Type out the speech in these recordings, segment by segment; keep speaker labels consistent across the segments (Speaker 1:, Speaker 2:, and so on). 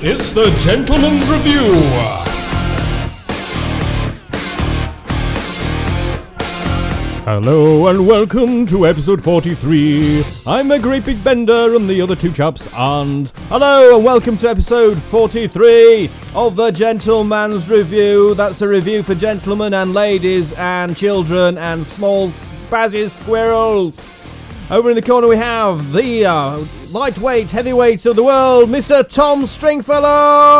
Speaker 1: It's the Gentleman's Review. Hello and welcome to episode 43. I'm a great big bender and the other two chaps and hello and welcome to episode 43 of the Gentleman's Review. That's a review for gentlemen and ladies and children and small spazzy squirrels. Over in the corner we have the uh, lightweight heavyweights of the world, Mr. Tom Stringfellow.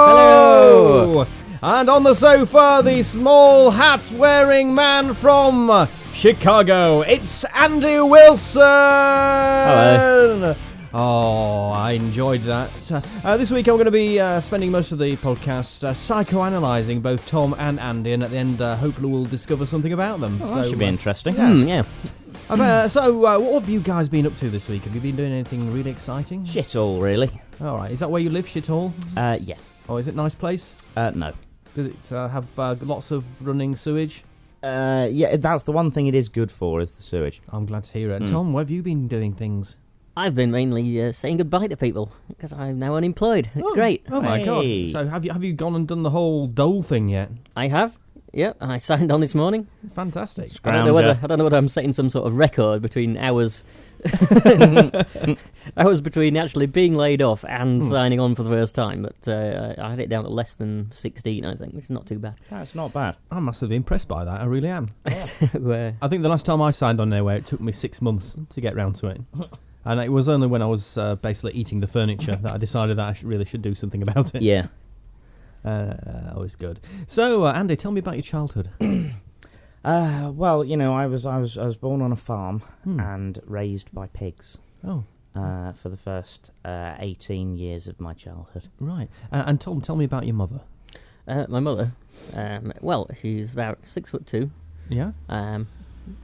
Speaker 2: Hello.
Speaker 1: And on the sofa, the small hat wearing man from Chicago. It's Andy Wilson. Hello. Oh, I enjoyed that. Uh, uh, this week I'm going to be uh, spending most of the podcast uh, psychoanalyzing both Tom and Andy, and at the end, uh, hopefully, we'll discover something about them.
Speaker 2: Oh, That should be
Speaker 1: uh,
Speaker 2: interesting.
Speaker 1: yeah.
Speaker 3: Hmm, yeah.
Speaker 1: I've, uh, so, uh, what have you guys been up to this week? Have you been doing anything really exciting?
Speaker 2: Shit all, really.
Speaker 1: All right, is that where you live, shithole?
Speaker 2: Uh, yeah.
Speaker 1: Or is it a nice place?
Speaker 2: Uh, no.
Speaker 1: Does it uh, have uh, lots of running sewage?
Speaker 2: Uh, yeah, that's the one thing it is good for is the sewage.
Speaker 1: I'm glad to hear it. Tom, where have you been doing things?
Speaker 3: I've been mainly uh, saying goodbye to people because I'm now unemployed. It's
Speaker 1: Oh,
Speaker 3: great.
Speaker 1: Oh my
Speaker 2: Hey.
Speaker 1: god! So have you have you gone and done the whole dole thing yet?
Speaker 3: I have. Yeah, and I signed on this morning.
Speaker 1: Fantastic.
Speaker 3: I don't,
Speaker 2: Scrounger.
Speaker 3: know whether, I don't know whether I'm setting some sort of record between hours. hours between actually being laid off and signing on for the first time, but uh, I had it down to less than 16, I think, which is not too bad.
Speaker 2: That's not bad.
Speaker 1: I must have been impressed by that. I really am.
Speaker 3: Where-
Speaker 1: I think the last time I signed on Nowhere, it took me six months to get round to it. And it was only when I was uh, basically eating the furniture that I decided that I should, really should do something about it.
Speaker 2: Yeah.
Speaker 1: Uh, always good. So, uh, Andy, tell me about your childhood.
Speaker 2: Uh, well, you know, I was I was I was born on a farm
Speaker 1: Hmm.
Speaker 2: and raised by pigs
Speaker 1: Oh,
Speaker 2: uh, for the first uh, eighteen years of my childhood.
Speaker 1: right. Uh, and Tom, tell me about your mother.
Speaker 3: uh, my mother, um, well, she's about six foot two,
Speaker 1: Yeah?
Speaker 3: um,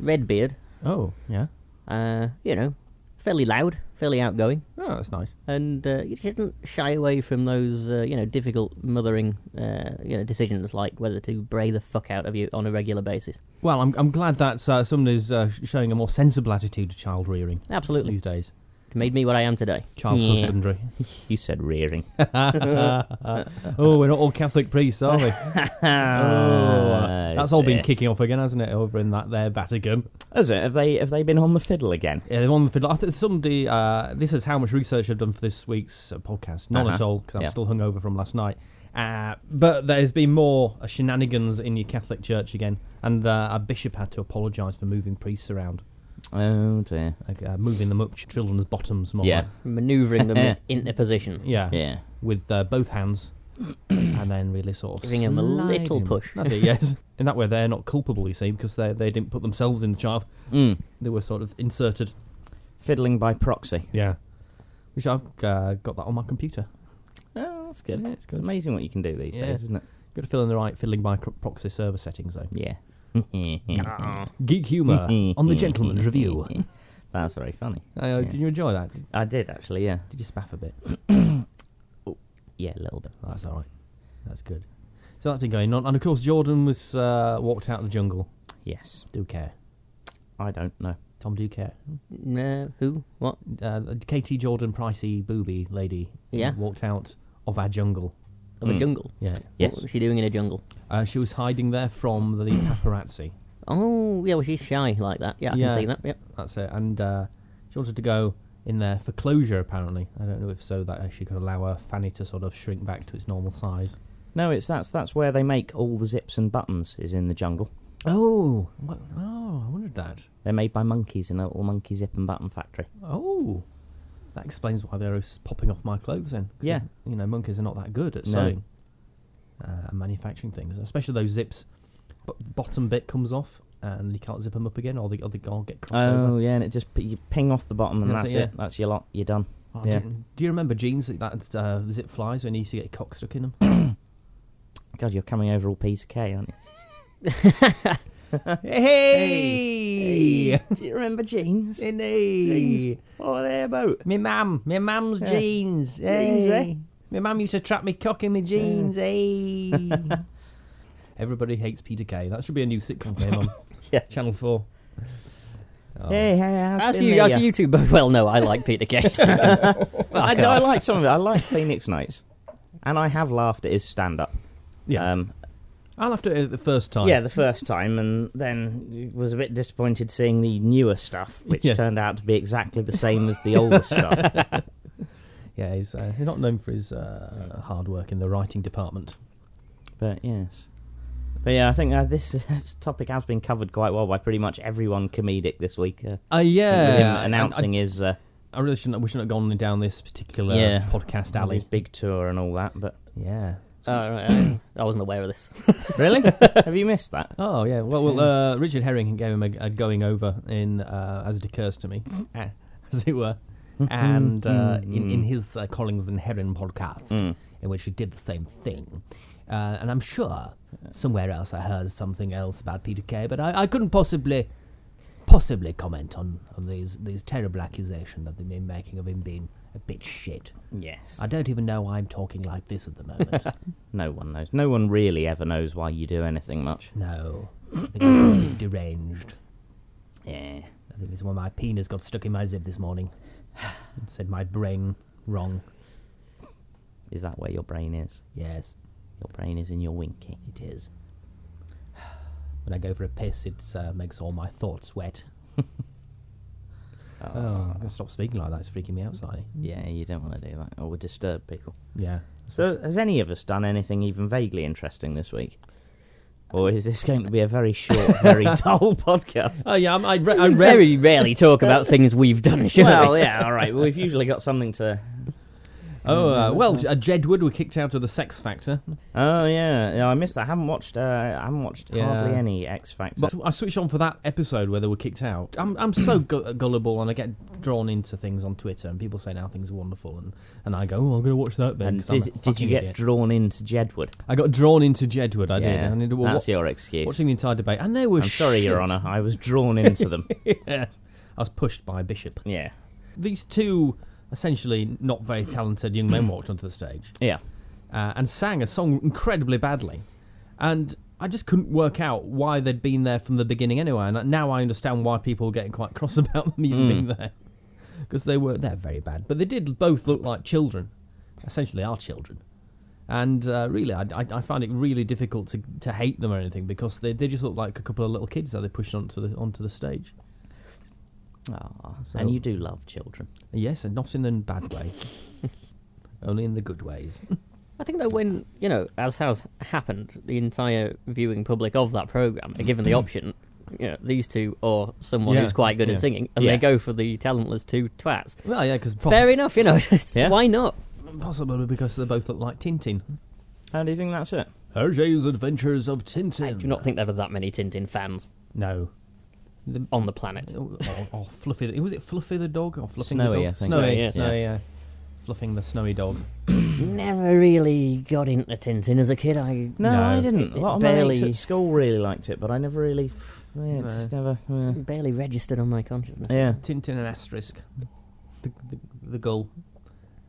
Speaker 3: red beard,
Speaker 1: Oh, yeah.
Speaker 3: uh, you know, fairly loud, fairly outgoing.
Speaker 1: Oh, that's nice.
Speaker 3: and uh, you shouldn't shy away from those uh, you know difficult mothering uh, you know decisions like whether to bray the fuck out of you on a regular basis.
Speaker 1: Well, I'm, I'm glad that uh, somebody's uh, sh- showing a more sensible attitude to child rearing
Speaker 3: Absolutely,
Speaker 1: these days.
Speaker 3: it made me what I am today.
Speaker 1: Child
Speaker 2: Yeah.
Speaker 1: husbandry.
Speaker 2: You said rearing.
Speaker 1: oh, we're not all Catholic priests, are we?
Speaker 2: Uh,
Speaker 1: oh, that's all been
Speaker 2: dear.
Speaker 1: kicking off again, hasn't it? Over in that there Vatican.
Speaker 2: Is it? Have they have they been on the fiddle again?
Speaker 1: Yeah, they're on the fiddle. I think somebody. Uh, this is how much research I've done for this week's uh, podcast. None
Speaker 2: Uh-huh.
Speaker 1: at all because I'm
Speaker 2: Yeah.
Speaker 1: still hungover from last night. Uh, but there's been more uh, shenanigans in your Catholic Church again, and uh, a bishop had to apologise for moving priests around,
Speaker 2: Oh dear.
Speaker 1: like, uh, moving them up ch- children's bottoms more.
Speaker 2: Yeah.
Speaker 1: like.
Speaker 3: Maneuvering them into position.
Speaker 1: yeah,
Speaker 2: Yeah.
Speaker 1: with uh, both hands, and then really sort of
Speaker 3: Giving 'em a
Speaker 1: sliding
Speaker 3: little
Speaker 1: them.
Speaker 3: push.
Speaker 1: That's it. Yes, in that way they're not culpable, you see, because they they didn't put themselves in the child;
Speaker 2: Mm.
Speaker 1: they were sort of inserted.
Speaker 2: Fiddling by proxy.
Speaker 1: Yeah, which I've uh, got that on my computer.
Speaker 2: Oh, that's good. It's good. amazing what you can do these
Speaker 1: Yeah.
Speaker 2: days, isn't it?
Speaker 1: Got to fill in the right fiddling by cro- proxy server settings, though.
Speaker 2: Yeah.
Speaker 1: Geek humour on the Gentleman's Review.
Speaker 2: Mm-hmm. That's very funny.
Speaker 1: Uh, Did you enjoy that?
Speaker 2: I did actually, yeah.
Speaker 1: Did you spaff a bit? Oh,
Speaker 2: Yeah, a little bit.
Speaker 1: That's all right. That's good. So that's been going on, and of course Jordan was uh, walked out of the jungle.
Speaker 2: Yes.
Speaker 1: Do care,
Speaker 2: I don't know.
Speaker 1: Tom? Do care?
Speaker 3: Uh, who? What?
Speaker 1: Uh, Katie Jordan, pricey booby lady,
Speaker 3: Yeah.
Speaker 1: walked out of our jungle.
Speaker 3: Of a
Speaker 1: Mm.
Speaker 2: Hmm.
Speaker 3: jungle?
Speaker 1: Yeah,
Speaker 2: Yes.
Speaker 3: What was she doing in a jungle?
Speaker 1: uh, she was hiding there from the paparazzi.
Speaker 3: Oh, yeah. Well, she's shy like that. Yeah, I
Speaker 1: Yeah.
Speaker 3: can see that. Yep.
Speaker 1: That's it. And uh, she wanted to go in there for closure. Apparently, I don't know if so that she could allow her fanny to sort of shrink back to its normal size.
Speaker 2: No, it's that's that's where they make all the zips and buttons is in the jungle.
Speaker 1: Oh, what? oh, I wondered that.
Speaker 2: They're made by monkeys in a little monkey zip and button factory.
Speaker 1: Oh, that explains why they're s- popping off my clothes then. 'Cause,
Speaker 2: Yeah.
Speaker 1: you know, monkeys are not that good at
Speaker 2: No.
Speaker 1: sewing uh, and manufacturing things, especially those zips. But bottom bit comes off, and you can't zip them up again, or the other guy get crossed
Speaker 2: Oh
Speaker 1: over.
Speaker 2: yeah, and it just p- you ping off the bottom and
Speaker 1: That's
Speaker 2: that's,
Speaker 1: it,
Speaker 2: it.
Speaker 1: yeah.
Speaker 2: That's your lot. You're done.
Speaker 1: Oh,
Speaker 2: yeah.
Speaker 1: do, you, do you remember jeans that- that uh, zip flies when you used to get your cock stuck in them?
Speaker 2: God, you're coming over all piece of K, aren't you?
Speaker 1: hey,
Speaker 2: Do you remember jeans? Oh,
Speaker 1: Indeed.
Speaker 2: What were they about?
Speaker 1: Me mum, me mum's
Speaker 2: Yeah.
Speaker 1: jeans.
Speaker 2: Jeans, eh?
Speaker 1: eh? My mum used to trap me cock in my jeans. eh? Everybody hates Peter Kay. That should be a new sitcom for him on
Speaker 2: Yeah.
Speaker 1: Channel Four. Oh.
Speaker 2: Hey, hey, how's
Speaker 3: As
Speaker 2: been
Speaker 3: you,
Speaker 2: the,
Speaker 3: as
Speaker 2: uh,
Speaker 3: you two both well know, I like Peter Case.
Speaker 2: I, I like some of it. I like Phoenix Nights. and I have laughed at his stand up.
Speaker 1: Yeah.
Speaker 2: Um,
Speaker 1: I laughed at it uh, the first time.
Speaker 2: yeah, the first time, and then was a bit disappointed seeing the newer stuff, which
Speaker 1: Yes.
Speaker 2: turned out to be exactly the same as the older stuff.
Speaker 1: yeah. He's, uh, he's not known for his uh, hard work in the writing department.
Speaker 2: But yes. But yeah, I think uh, this, this topic has been covered quite well by pretty much everyone comedic this week. Uh,
Speaker 1: Uh, yeah.
Speaker 2: with him
Speaker 1: and
Speaker 2: announcing his uh,
Speaker 1: I, I really shouldn't. We shouldn't have gone down this particular
Speaker 2: Yeah.
Speaker 1: podcast alley.
Speaker 2: his big tour and all that. But
Speaker 1: Yeah.
Speaker 3: Oh, right, I- I wasn't aware of this.
Speaker 2: really, have you missed that?
Speaker 1: Oh yeah. Well, well uh, Richard Herring gave him a, a going over in uh, as it occurs to me, uh, as it were, and uh, in, in his uh, Collings and Herring podcast, in which he did the same thing. Uh, and I'm sure somewhere else I heard something else about Peter Kay, but I, I couldn't possibly possibly comment on, on these these terrible accusations that they've been making of him being a bit shit.
Speaker 2: Yes.
Speaker 1: I don't even know why I'm talking like this at the moment.
Speaker 2: No one knows. No one really ever knows why you do anything much.
Speaker 1: no, I think I'm a bit deranged.
Speaker 2: Yeah.
Speaker 1: I think it's when my penis got stuck in my zip this morning. It said my brain wrong.
Speaker 2: Is that where your brain is?
Speaker 1: Yes,
Speaker 2: Your brain is in your winky.
Speaker 1: it is. When I go for a piss, it uh, makes all my thoughts wet.
Speaker 2: Oh.
Speaker 1: Oh, I'm gonna stop speaking like that. It's freaking me out slightly.
Speaker 2: Yeah, you don't want to do that, or would disturb people.
Speaker 1: Yeah.
Speaker 2: So, has any of us done anything even vaguely interesting this week? Or is this going to be a very short, very dull podcast?
Speaker 1: Oh yeah, I'm, I, re- I
Speaker 3: I
Speaker 1: read.
Speaker 3: very rarely talk about things we've done, surely.
Speaker 2: Well, yeah, all right. Well, we've usually got something to.
Speaker 1: Oh uh, well, uh, Jedward were kicked out of the Sex Factor,
Speaker 2: Oh yeah, yeah I missed that. I haven't watched. Uh, I haven't watched hardly
Speaker 1: Yeah.
Speaker 2: any X Factor.
Speaker 1: but I switched on for that episode where they were kicked out. I'm I'm so gu- gullible, and I get drawn into things on Twitter, and people say now things are wonderful, and, and I go, oh, I'm gonna watch that. Then,
Speaker 2: and
Speaker 1: 'cause I'm a
Speaker 2: did, did you
Speaker 1: fucking
Speaker 2: get
Speaker 1: idiot."
Speaker 2: drawn into Jedwood?
Speaker 1: I got drawn into Jedward. I did.
Speaker 2: Yeah,
Speaker 1: I needed,
Speaker 2: that's your excuse.
Speaker 1: Watching the entire debate, and they were.
Speaker 2: I'm sorry, Your
Speaker 1: shit.
Speaker 2: Honour. I was drawn into them.
Speaker 1: yes, I was pushed by a bishop.
Speaker 2: yeah,
Speaker 1: These two essentially not very talented young men walked onto the stage
Speaker 2: yeah.
Speaker 1: uh, and sang a song incredibly badly, and I just couldn't work out why they'd been there from the beginning anyway. And now I understand why people were getting quite cross about them even being there because they were they're very bad, but they did both look like children, essentially our children. And uh, really, I, I, I found it really difficult to, to hate them or anything because they, they just looked like a couple of little kids that they pushed onto the onto the stage.
Speaker 2: Aw,
Speaker 1: So-
Speaker 2: and you do love children.
Speaker 1: Yes, and not in the bad way. Only in the good ways.
Speaker 3: I think though, when you know, as has happened, the entire viewing public of that program are given the option, you know, these two or someone
Speaker 1: Yeah,
Speaker 3: who's quite good
Speaker 1: yeah.
Speaker 3: at singing, and
Speaker 2: Mm. Yeah.
Speaker 3: they go for the talentless two twats.
Speaker 1: Well, yeah, because
Speaker 3: Fair enough, you know.
Speaker 2: Yeah.
Speaker 3: Why not?
Speaker 1: possibly because they both look like Tintin.
Speaker 2: How do you think that's it?
Speaker 1: Hergé's Adventures of Tintin.
Speaker 3: I do not think there are that many Tintin fans
Speaker 1: No.
Speaker 3: on the planet.
Speaker 1: Oh, oh, oh, Fluffy. The, was it Fluffy the dog or fluffing
Speaker 2: Snowy,
Speaker 1: the dog?
Speaker 2: I think.
Speaker 1: Snowy,
Speaker 3: Yeah, yeah.
Speaker 1: Snowy, yeah. Fluffing the snowy dog.
Speaker 3: Never really got into Tintin as a kid. I
Speaker 2: No,
Speaker 1: No.
Speaker 2: I didn't.
Speaker 3: It-
Speaker 2: A
Speaker 3: it
Speaker 2: lot of my mates
Speaker 3: barely-
Speaker 2: at school really liked it, but I never really. Yeah, it
Speaker 1: No.
Speaker 2: just never. yeah.
Speaker 3: barely registered on my consciousness.
Speaker 2: yeah.
Speaker 1: Tintin and Asterisk. The, the, the gull.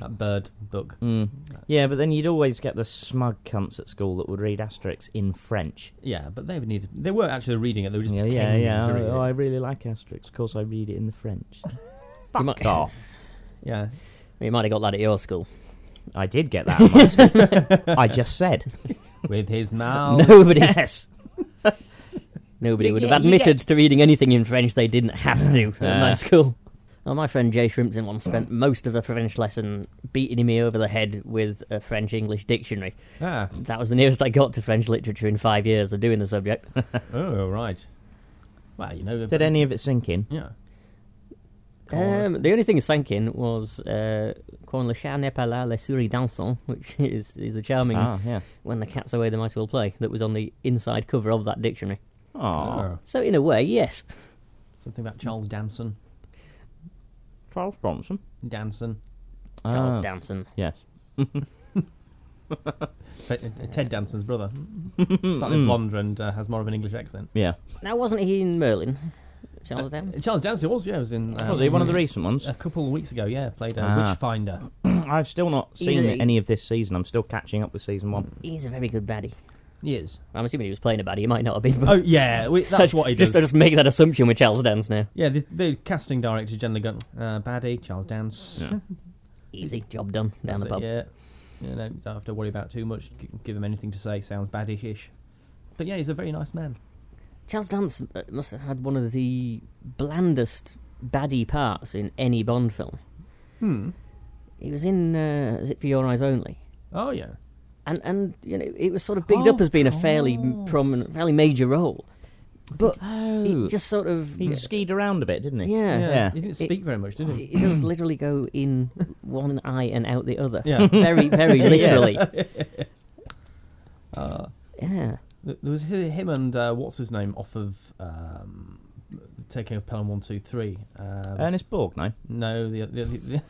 Speaker 1: That bird book.
Speaker 2: Mm. Yeah, but then you'd always get the smug cunts at school that would read Asterix in French.
Speaker 1: Yeah, but they needed. They were actually reading it. They were just
Speaker 2: Yeah, yeah,
Speaker 1: pretending to
Speaker 2: yeah. I,
Speaker 1: read
Speaker 2: oh, I
Speaker 1: it.
Speaker 2: really like Asterix. Of course, I read it in the French. Oh,
Speaker 3: you might,
Speaker 2: off.
Speaker 1: Yeah.
Speaker 3: you might have got that at your school.
Speaker 2: I did get that. at my school. I just said.
Speaker 1: With his mouth.
Speaker 3: Nobody,
Speaker 2: Yes.
Speaker 3: nobody
Speaker 2: You
Speaker 3: would have
Speaker 2: get- you
Speaker 3: admitted to reading anything in French they didn't have to at my
Speaker 2: Yeah.
Speaker 3: school. Well, my friend Jay Shrimpton once spent most of a French lesson beating me over the head with a French English dictionary.
Speaker 1: Ah.
Speaker 3: That was the nearest I got to French literature in five years of doing the subject.
Speaker 1: Oh, right. Well, you know.
Speaker 2: Did any of it sink in?
Speaker 1: Yeah.
Speaker 3: Um, the only thing that sank in was uh, Quand le chat n'est pas là, les souris dansent, which is, is the charming
Speaker 2: Ah, yeah.
Speaker 3: When the cat's away, they might as well play that was on the inside cover of that dictionary.
Speaker 2: Aww.
Speaker 1: Oh.
Speaker 3: So, in a way, yes.
Speaker 1: Something about Charles Danson.
Speaker 2: Charles Bronson.
Speaker 1: Danson.
Speaker 3: Charles
Speaker 2: Ah,
Speaker 3: Danson.
Speaker 2: Yes.
Speaker 1: Fe- uh, Ted Danson's brother. Slightly blonder and uh, has more of an English accent.
Speaker 2: Yeah.
Speaker 3: Now, wasn't he in Merlin? Charles
Speaker 1: Uh,
Speaker 3: Danson?
Speaker 1: Charles Danson was, yeah, was in. uh,
Speaker 2: Was he one of the recent ones?
Speaker 1: A couple of weeks ago, yeah, played uh,
Speaker 2: Ah.
Speaker 1: Witchfinder.
Speaker 2: I've still not seen
Speaker 3: Easily.
Speaker 2: any of this season. I'm still catching up with season one.
Speaker 3: He's a very good baddie.
Speaker 1: He is.
Speaker 3: I'm assuming he was playing a baddie. He might not have been. but-
Speaker 1: Oh, yeah, we, that's what he does.
Speaker 3: just, just make that assumption with Charles Danson now.
Speaker 1: Yeah, the, the casting director generally go, uh, Baddie, Charles Dance.
Speaker 2: Yeah.
Speaker 3: Easy. Job done. Down
Speaker 1: That's
Speaker 3: the
Speaker 1: it,
Speaker 3: pub.
Speaker 1: yeah. You know, don't have to worry about too much. G- give him anything to say. Sounds baddish-ish. But yeah, he's a very nice man.
Speaker 3: Charles Dance uh, must have had one of the blandest baddie parts in any Bond film.
Speaker 1: Hmm.
Speaker 3: He was in uh, is it For Your Eyes Only?
Speaker 1: Oh yeah.
Speaker 3: And and you know it was sort of bigged
Speaker 1: Oh,
Speaker 3: up as being a
Speaker 1: of
Speaker 3: fairly
Speaker 1: course.
Speaker 3: prominent, fairly major role, but
Speaker 2: Oh,
Speaker 3: he just sort of
Speaker 2: he skied around a bit, didn't he?
Speaker 3: Yeah.
Speaker 2: yeah.
Speaker 1: He didn't
Speaker 3: It-
Speaker 1: speak very much, did he?
Speaker 3: It does literally go in one eye and out the other.
Speaker 1: Yeah.
Speaker 3: Very, very
Speaker 2: Yes.
Speaker 3: literally.
Speaker 1: Uh,
Speaker 3: Yeah.
Speaker 1: th- there was hi- him and uh, what's his name off of um, taking of Pelham One Two Three. Um,
Speaker 2: Ernest Borgnine.
Speaker 1: no, the the, the,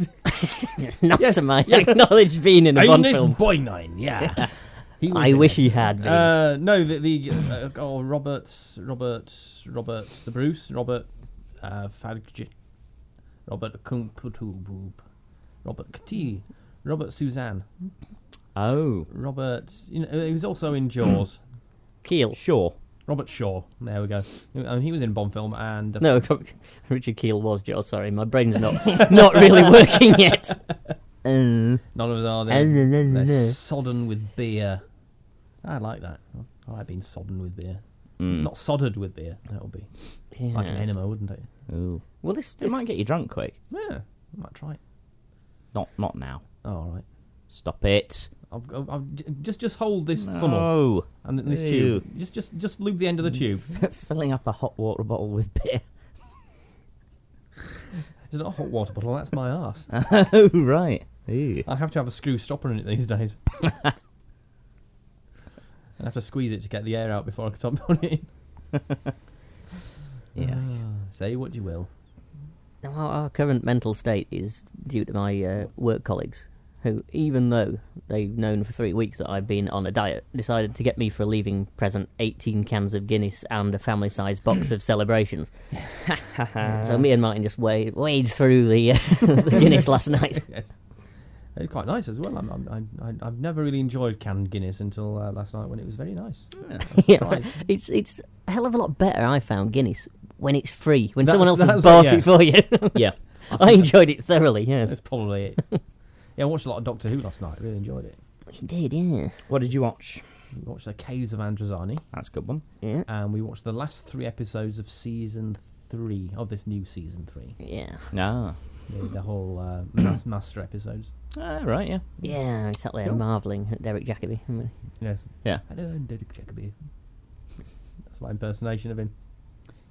Speaker 1: the
Speaker 3: Not to my knowledge being in a Bond
Speaker 1: Ernest
Speaker 3: film.
Speaker 1: Boynine, yeah. He was
Speaker 3: I
Speaker 1: in
Speaker 3: wish
Speaker 1: it.
Speaker 3: he had been.
Speaker 1: Uh, no, the the uh, oh Roberts Roberts Robert the Bruce Robert uh, Fadge Robert Kumputubub Robert Kati Robert Suzanne
Speaker 2: Oh,
Speaker 1: Robert you know he was also in Jaws
Speaker 3: Keel.
Speaker 2: sure. Robert.
Speaker 1: Robert Shaw there we go and he was in Bond film and uh,
Speaker 3: No, Richard Keel was Joe. Sorry, my brain's not not really working yet. Uh,
Speaker 1: none of us are
Speaker 3: Uh, no,
Speaker 1: they
Speaker 3: no,
Speaker 1: they're
Speaker 3: no, no.
Speaker 1: sodden with beer I like that I like being sodden with beer
Speaker 2: Mm.
Speaker 1: not soldered with beer that would be like an
Speaker 3: yes.
Speaker 1: enema wouldn't it
Speaker 2: Ooh.
Speaker 3: Well, this,
Speaker 2: It
Speaker 3: this
Speaker 2: might get you drunk quick.
Speaker 1: yeah I might try it
Speaker 2: Not, not now.
Speaker 1: oh alright
Speaker 2: Stop it.
Speaker 1: I've, I've, I've j- just just hold this funnel
Speaker 2: No.
Speaker 1: and th- this
Speaker 2: Ew.
Speaker 1: tube. Just just just lube the end of the tube.
Speaker 2: Filling up a hot water bottle with beer.
Speaker 1: It's not a hot water bottle. That's my ass.
Speaker 2: oh, right. Ew.
Speaker 1: I have to have a screw stopper in it these days. I have to squeeze it to get the air out before I can stop on it. Ah,
Speaker 2: Yeah.
Speaker 1: Say what you will.
Speaker 3: Now, our, our current mental state is due to my uh, work colleagues, who, even though they've known for three weeks that I've been on a diet, decided to get me for a leaving present 18 cans of Guinness and a family sized box of celebrations.
Speaker 1: Ah.
Speaker 3: so me and Martin just wade, wade through the, uh, the Guinness last night.
Speaker 1: Yes. It's quite nice as well. I'm, I'm, I'm, I've never really enjoyed canned Guinness until uh, last night when it was very nice.
Speaker 3: yeah, it's, it's a hell of a lot better, I found Guinness, when it's free, when someone else
Speaker 1: That's-
Speaker 3: has bought
Speaker 1: that's-
Speaker 3: it for you.
Speaker 2: Yeah.
Speaker 3: I enjoyed it thoroughly, yes.
Speaker 1: That's probably it. yeah, I watched a lot of Doctor Who last night. Really enjoyed it.
Speaker 3: We did, yeah.
Speaker 2: What did you watch?
Speaker 1: We watched The Caves of Androzani.
Speaker 2: That's a good one.
Speaker 3: Yeah.
Speaker 1: and we watched the last three episodes of season three of this new season three.
Speaker 3: Yeah.
Speaker 2: Ah.
Speaker 1: The, the whole uh, mas- master episodes.
Speaker 2: Ah, right, yeah.
Speaker 3: Yeah, exactly. I'm
Speaker 1: Cool.
Speaker 3: marvelling at Derek Jacobi.
Speaker 1: Yes.
Speaker 2: Yeah.
Speaker 1: Hello, I'm Derek Jacobi. That's my impersonation of him.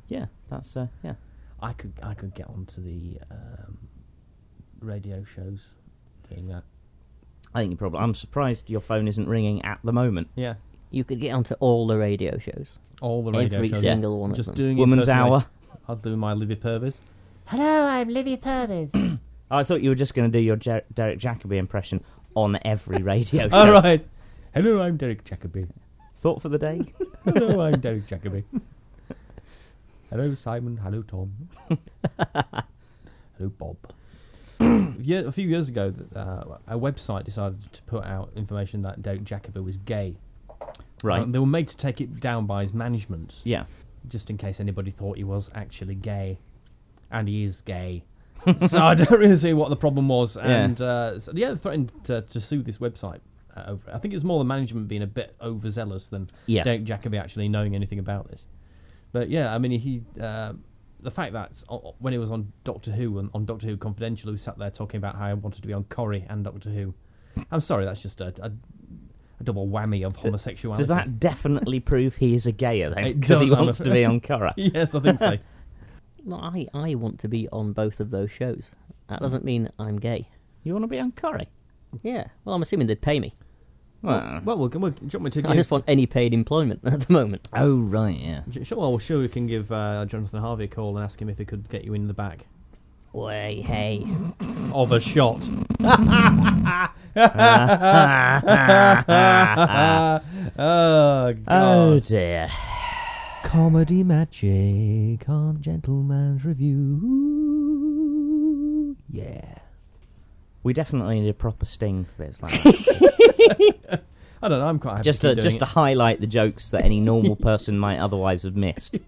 Speaker 2: Yeah, that's, uh, yeah.
Speaker 1: I could I could get onto the um, radio shows doing that.
Speaker 2: I think you probably. I'm surprised your phone isn't ringing at the moment.
Speaker 1: Yeah.
Speaker 3: You could get onto all the radio shows.
Speaker 1: All the radio
Speaker 3: Every
Speaker 1: shows.
Speaker 3: single one of
Speaker 1: Just
Speaker 3: them.
Speaker 1: doing
Speaker 2: Woman's Hour.
Speaker 1: impersonation- I'll do my Libby Purvis.
Speaker 4: Hello, I'm Livy Purvis.
Speaker 2: I thought you were just going to do your Jer- Derek Jacobi impression on every radio show.
Speaker 1: All right. Hello, I'm Derek Jacobi.
Speaker 2: Thought for the day?
Speaker 1: Hello, I'm Derek Jacobi. Hello, Simon. Hello, Tom. Hello, Bob. yeah, a few years ago, th- uh, a website decided to put out information that Derek Jacobi was gay.
Speaker 2: right.
Speaker 1: Um, they were made to take it down by his management,
Speaker 2: yeah.
Speaker 1: just in case anybody thought he was actually gay. And he is gay. so I don't really see what the problem was. And uh, so, yeah, they threatened to, to sue this website. Uh, over. I think it was more the management being a bit overzealous than
Speaker 2: Yeah.
Speaker 1: Derek Jacobi actually knowing anything about this. But yeah, I mean, he uh, the fact that o- when he was on Doctor Who and on Doctor Who Confidential, he sat there talking about how he wanted to be on Corrie and Doctor Who. I'm sorry, that's just a, a, a double whammy of homosexuality.
Speaker 2: Does that definitely prove he is a gayer then?
Speaker 1: It
Speaker 2: Because he
Speaker 1: does, I'm
Speaker 2: wants to be on Cora.
Speaker 1: Yes, I think so.
Speaker 3: Well, I, I want to be on both of those shows. That doesn't mean I'm gay.
Speaker 2: You want to be on Cora?
Speaker 3: Yeah. Well, I'm assuming they'd pay me.
Speaker 2: Well,
Speaker 1: well, we'll, we'll do you want me to
Speaker 3: I
Speaker 1: give?
Speaker 3: just want any paid employment at the moment.
Speaker 2: oh right, yeah.
Speaker 1: Sure, well, sure, we can give uh, Jonathan Harvey a call and ask him if he could get you in the back
Speaker 3: Way, hey.
Speaker 1: of a shot. oh,
Speaker 2: Oh dear.
Speaker 1: Comedy magic on Gentleman's Review. Yeah.
Speaker 2: We definitely need a proper sting for bits like that.
Speaker 1: I don't know. I'm quite happy.
Speaker 2: just
Speaker 1: to
Speaker 2: to
Speaker 1: keep doing
Speaker 2: just to
Speaker 1: it.
Speaker 2: highlight the jokes that any normal person might otherwise have missed.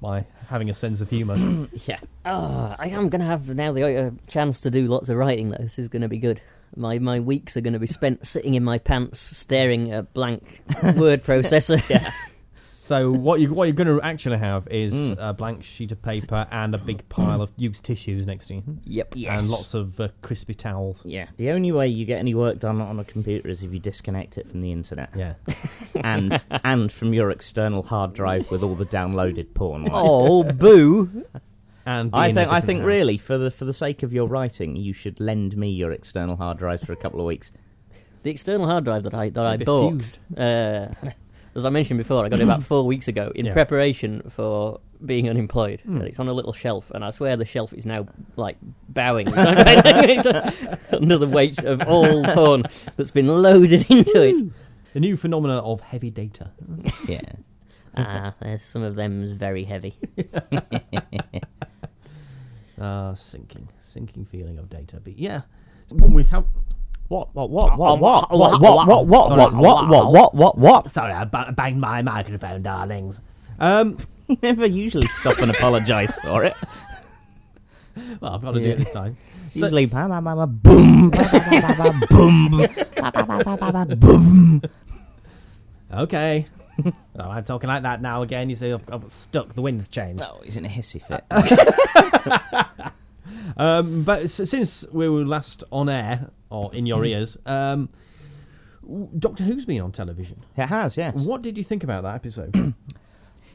Speaker 1: by having a sense of humour.
Speaker 2: yeah.
Speaker 3: Ah, I am going to have now the uh, chance to do lots of writing, though. This is going to be good. My my weeks are going to be spent sitting in my pants, staring at blank word processor.
Speaker 1: So what you what you're going to actually have is
Speaker 2: Hmm.
Speaker 1: a blank sheet of paper and a big pile of used tissues next to you,
Speaker 3: Yep.
Speaker 1: and lots of uh, crispy towels.
Speaker 2: Yeah, the only way you get any work done on a computer is if you disconnect it from the internet
Speaker 1: Yeah,
Speaker 2: and and from your external hard drive with all the downloaded porn. on it.
Speaker 3: Oh, boo!
Speaker 1: and be
Speaker 2: I
Speaker 1: in a
Speaker 2: think I
Speaker 1: different
Speaker 2: think
Speaker 1: house.
Speaker 2: really for the for the sake of your writing, you should lend me your external hard drives for a couple of weeks.
Speaker 3: The external hard drive that I that I
Speaker 1: Be
Speaker 3: bought,
Speaker 1: fused.
Speaker 3: uh, as I mentioned before, I got it about four weeks ago in
Speaker 1: Yeah. Hmm.
Speaker 3: preparation for being unemployed. And It's on a little shelf, and I swear the shelf is now like bowing under the weight of all porn that's been loaded into it.
Speaker 1: the new phenomena of heavy data.
Speaker 2: Yeah.
Speaker 3: Ah, there's some of them's very heavy.
Speaker 1: Ah, sinking, sinking feeling of data. But yeah, when we have
Speaker 2: What what
Speaker 1: Oh,
Speaker 2: what what what what what what what what what what what what what?
Speaker 1: sorry, I ba- banged my microphone, darlings. Um,
Speaker 2: You never usually stop and apologise for it.
Speaker 1: well, I've got to do it this time.
Speaker 2: It's
Speaker 1: So-
Speaker 2: usually ba ba ba ba boom ba ba ba ba ba boom.
Speaker 1: Okay. no, I'm talking like that now again. You see, I've, I've stuck. The wind's changed.
Speaker 2: No, Oh, he's in a hissy fit.
Speaker 1: Um, but s- since we were last on air or in your ears, um, w- Doctor Who's been on television.
Speaker 2: It has, yes.
Speaker 1: What did you think about that episode?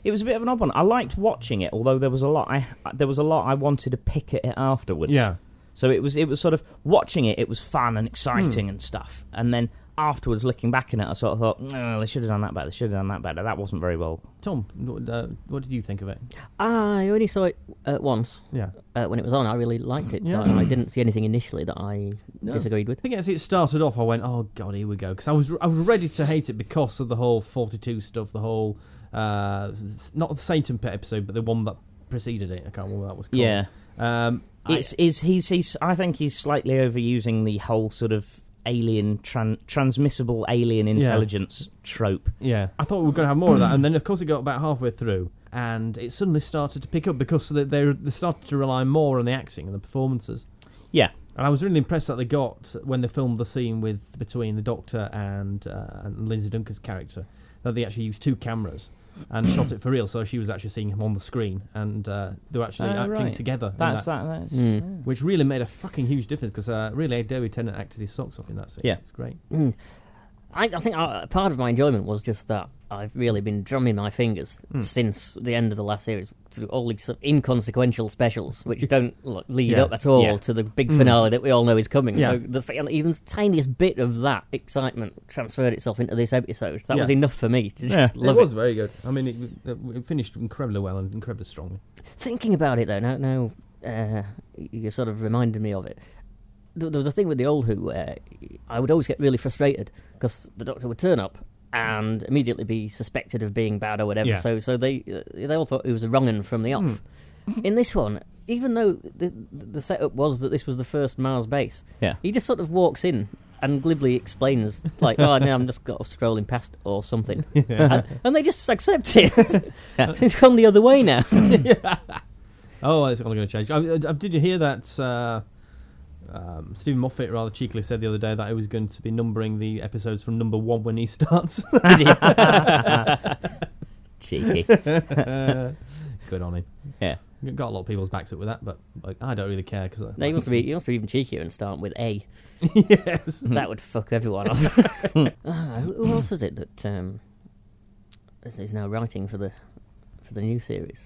Speaker 2: It was a bit of an odd one. I liked watching it, although there was a lot. I there was a lot I wanted to pick at it afterwards.
Speaker 1: Yeah.
Speaker 2: So it was it was sort of watching it. It was fun and exciting and stuff. And then afterwards, looking back on it, I sort of thought, no, they should have done that better. They should have done that better. That wasn't very well.
Speaker 1: Tom, what, uh, what did you think of it?
Speaker 3: I only saw it uh, once
Speaker 1: Yeah,
Speaker 3: uh, when it was on. I really liked it.
Speaker 1: Yeah.
Speaker 3: I, I didn't see anything initially that I
Speaker 1: No.
Speaker 3: disagreed with.
Speaker 1: I think as it started off, I went, "Oh God, here we go," because I was I was ready to hate it because of the whole forty-two stuff, the whole uh, s- not the Satan Pit episode, but the one that preceded it. I can't remember what that was called.
Speaker 2: Yeah.
Speaker 1: Um, I-
Speaker 2: It's is he's he's. I think he's slightly overusing the whole sort of alien tran, transmissible alien intelligence trope.
Speaker 1: Yeah, I thought we were going to have more of that, and then of course it got about halfway through, and it suddenly started to pick up because they they they started to rely more on the acting and the performances.
Speaker 2: Yeah.
Speaker 1: And I was really impressed that they got when they filmed the scene with between the Doctor and uh, and Lindsay Duncan's character that they actually used two cameras and shot it for real, so she was actually seeing him on the screen, and uh, they were actually
Speaker 2: Oh,
Speaker 1: acting
Speaker 2: right.
Speaker 1: together. in
Speaker 2: That's
Speaker 1: that, Hmm.
Speaker 2: that. That's,
Speaker 3: Mm.
Speaker 1: which really made a fucking huge difference because uh, really David Tennant acted his socks off in that scene.
Speaker 2: Yeah.
Speaker 1: it's great.
Speaker 3: I, I think uh part of my enjoyment was just that I've really been drumming my fingers
Speaker 1: Hmm.
Speaker 3: since the end of the last series to all these sort of inconsequential specials, which don't like, lead
Speaker 1: Yeah. Hmm.
Speaker 3: up at all
Speaker 2: Yeah.
Speaker 3: to the big finale that we all know is coming.
Speaker 1: Yeah.
Speaker 3: So the fa- even the tiniest bit of that excitement transferred itself into this episode. That
Speaker 1: Yeah.
Speaker 3: was enough for me to just love
Speaker 1: it was very good. I mean, it, it finished incredibly well and incredibly strongly.
Speaker 3: Thinking about it though, now, now uh, you sort of reminded me of it. There, there was a thing with the old Who where I would always get really frustrated because the Doctor would turn up and immediately be suspected of being bad or whatever.
Speaker 1: Yeah.
Speaker 3: So, so they uh, they all thought it was a wrong 'un from the off. In this one, even though the the setup was that this was the first Mars base,
Speaker 2: Yeah.
Speaker 3: he just sort of walks in. And glibly explains, like, oh, no, I'm just got strolling past or something.
Speaker 1: Uh,
Speaker 3: and, and they just accept it. it's gone the other way now.
Speaker 1: Oh, it's only going to change. I, I, I- did you hear that? Uh, um, Stephen Moffat rather cheekily said the other day that he was going to be numbering the episodes from number one when he starts.
Speaker 2: Cheeky.
Speaker 1: good on him.
Speaker 2: Yeah.
Speaker 1: Got a lot of people's backs up with that, but like, I don't really care because
Speaker 3: No, you must be you must be even cheekier and start with A.
Speaker 1: yes.
Speaker 3: That would fuck everyone off. Ah, who who else was it that um, is, is now writing for the for the new series?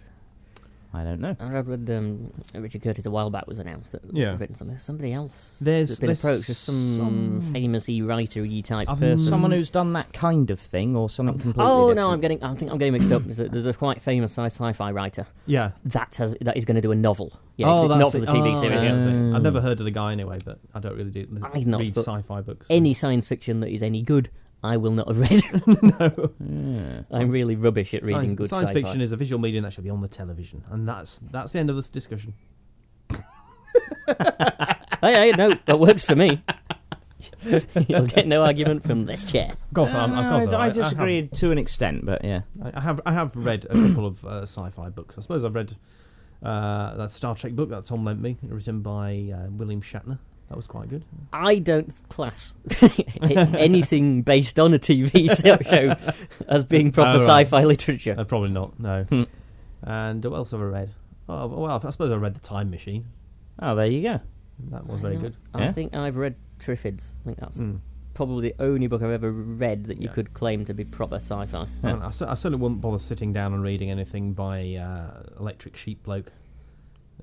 Speaker 2: I don't know.
Speaker 3: I read with um, Richard Curtis a while back was announced that
Speaker 1: Yeah.
Speaker 3: had written something. Somebody else
Speaker 1: There's-
Speaker 3: that's been
Speaker 1: there's
Speaker 3: approached as some,
Speaker 1: some-
Speaker 3: famous-y writer-y type
Speaker 1: I've
Speaker 3: person.
Speaker 2: Someone who's done that kind of thing or something completely
Speaker 3: Hmm. Oh
Speaker 2: different.
Speaker 3: no, I'm getting. I think I'm getting mixed up. There's a, there's a quite famous sci- sci-fi writer
Speaker 1: Yeah.
Speaker 3: that has that is going to do a novel. Yeah,
Speaker 1: oh,
Speaker 3: it's
Speaker 1: that's
Speaker 3: not for the
Speaker 1: it.
Speaker 3: TV
Speaker 1: Oh,
Speaker 3: series.
Speaker 1: that's it.
Speaker 2: Oh.
Speaker 1: I've never heard of the guy anyway, but I don't really do
Speaker 3: I've not,
Speaker 1: read
Speaker 3: but
Speaker 1: sci-fi books.
Speaker 3: Any science fiction that is any good, I will not have read.
Speaker 2: Yeah.
Speaker 3: I'm really rubbish at reading
Speaker 1: science,
Speaker 3: good
Speaker 1: science
Speaker 3: sci-fi.
Speaker 1: fiction is a visual medium that should be on the television, and that's that's the end of this discussion.
Speaker 3: Hey, hey, Oh, no, that works for me. You'll get no argument from this chair.
Speaker 1: Of course, I'm, of course
Speaker 2: Uh, I,
Speaker 1: have-
Speaker 2: disagree to an extent, but yeah.
Speaker 1: I I have I have read a couple of uh, sci-fi books. I suppose I've read uh, that Star Trek book that Tom lent me, written by uh, William Shatner. That was quite good.
Speaker 3: I don't class anything based on a TV show as being proper
Speaker 1: Oh, right.
Speaker 3: sci-fi literature.
Speaker 1: Uh, probably not. No.
Speaker 2: Hmm.
Speaker 1: and uh, what else have I read? Oh well, I suppose I read the Time Machine.
Speaker 2: Oh, there you go.
Speaker 1: That was very good.
Speaker 3: I
Speaker 2: Yeah?
Speaker 3: think I've read Triffids. I think that's
Speaker 1: Hmm.
Speaker 3: probably the only book I've ever read that you
Speaker 1: Yeah.
Speaker 3: could claim to be proper sci-fi.
Speaker 1: I, mean, I cer- I certainly wouldn't bother sitting down and reading anything by uh, Electric Sheep Bloke.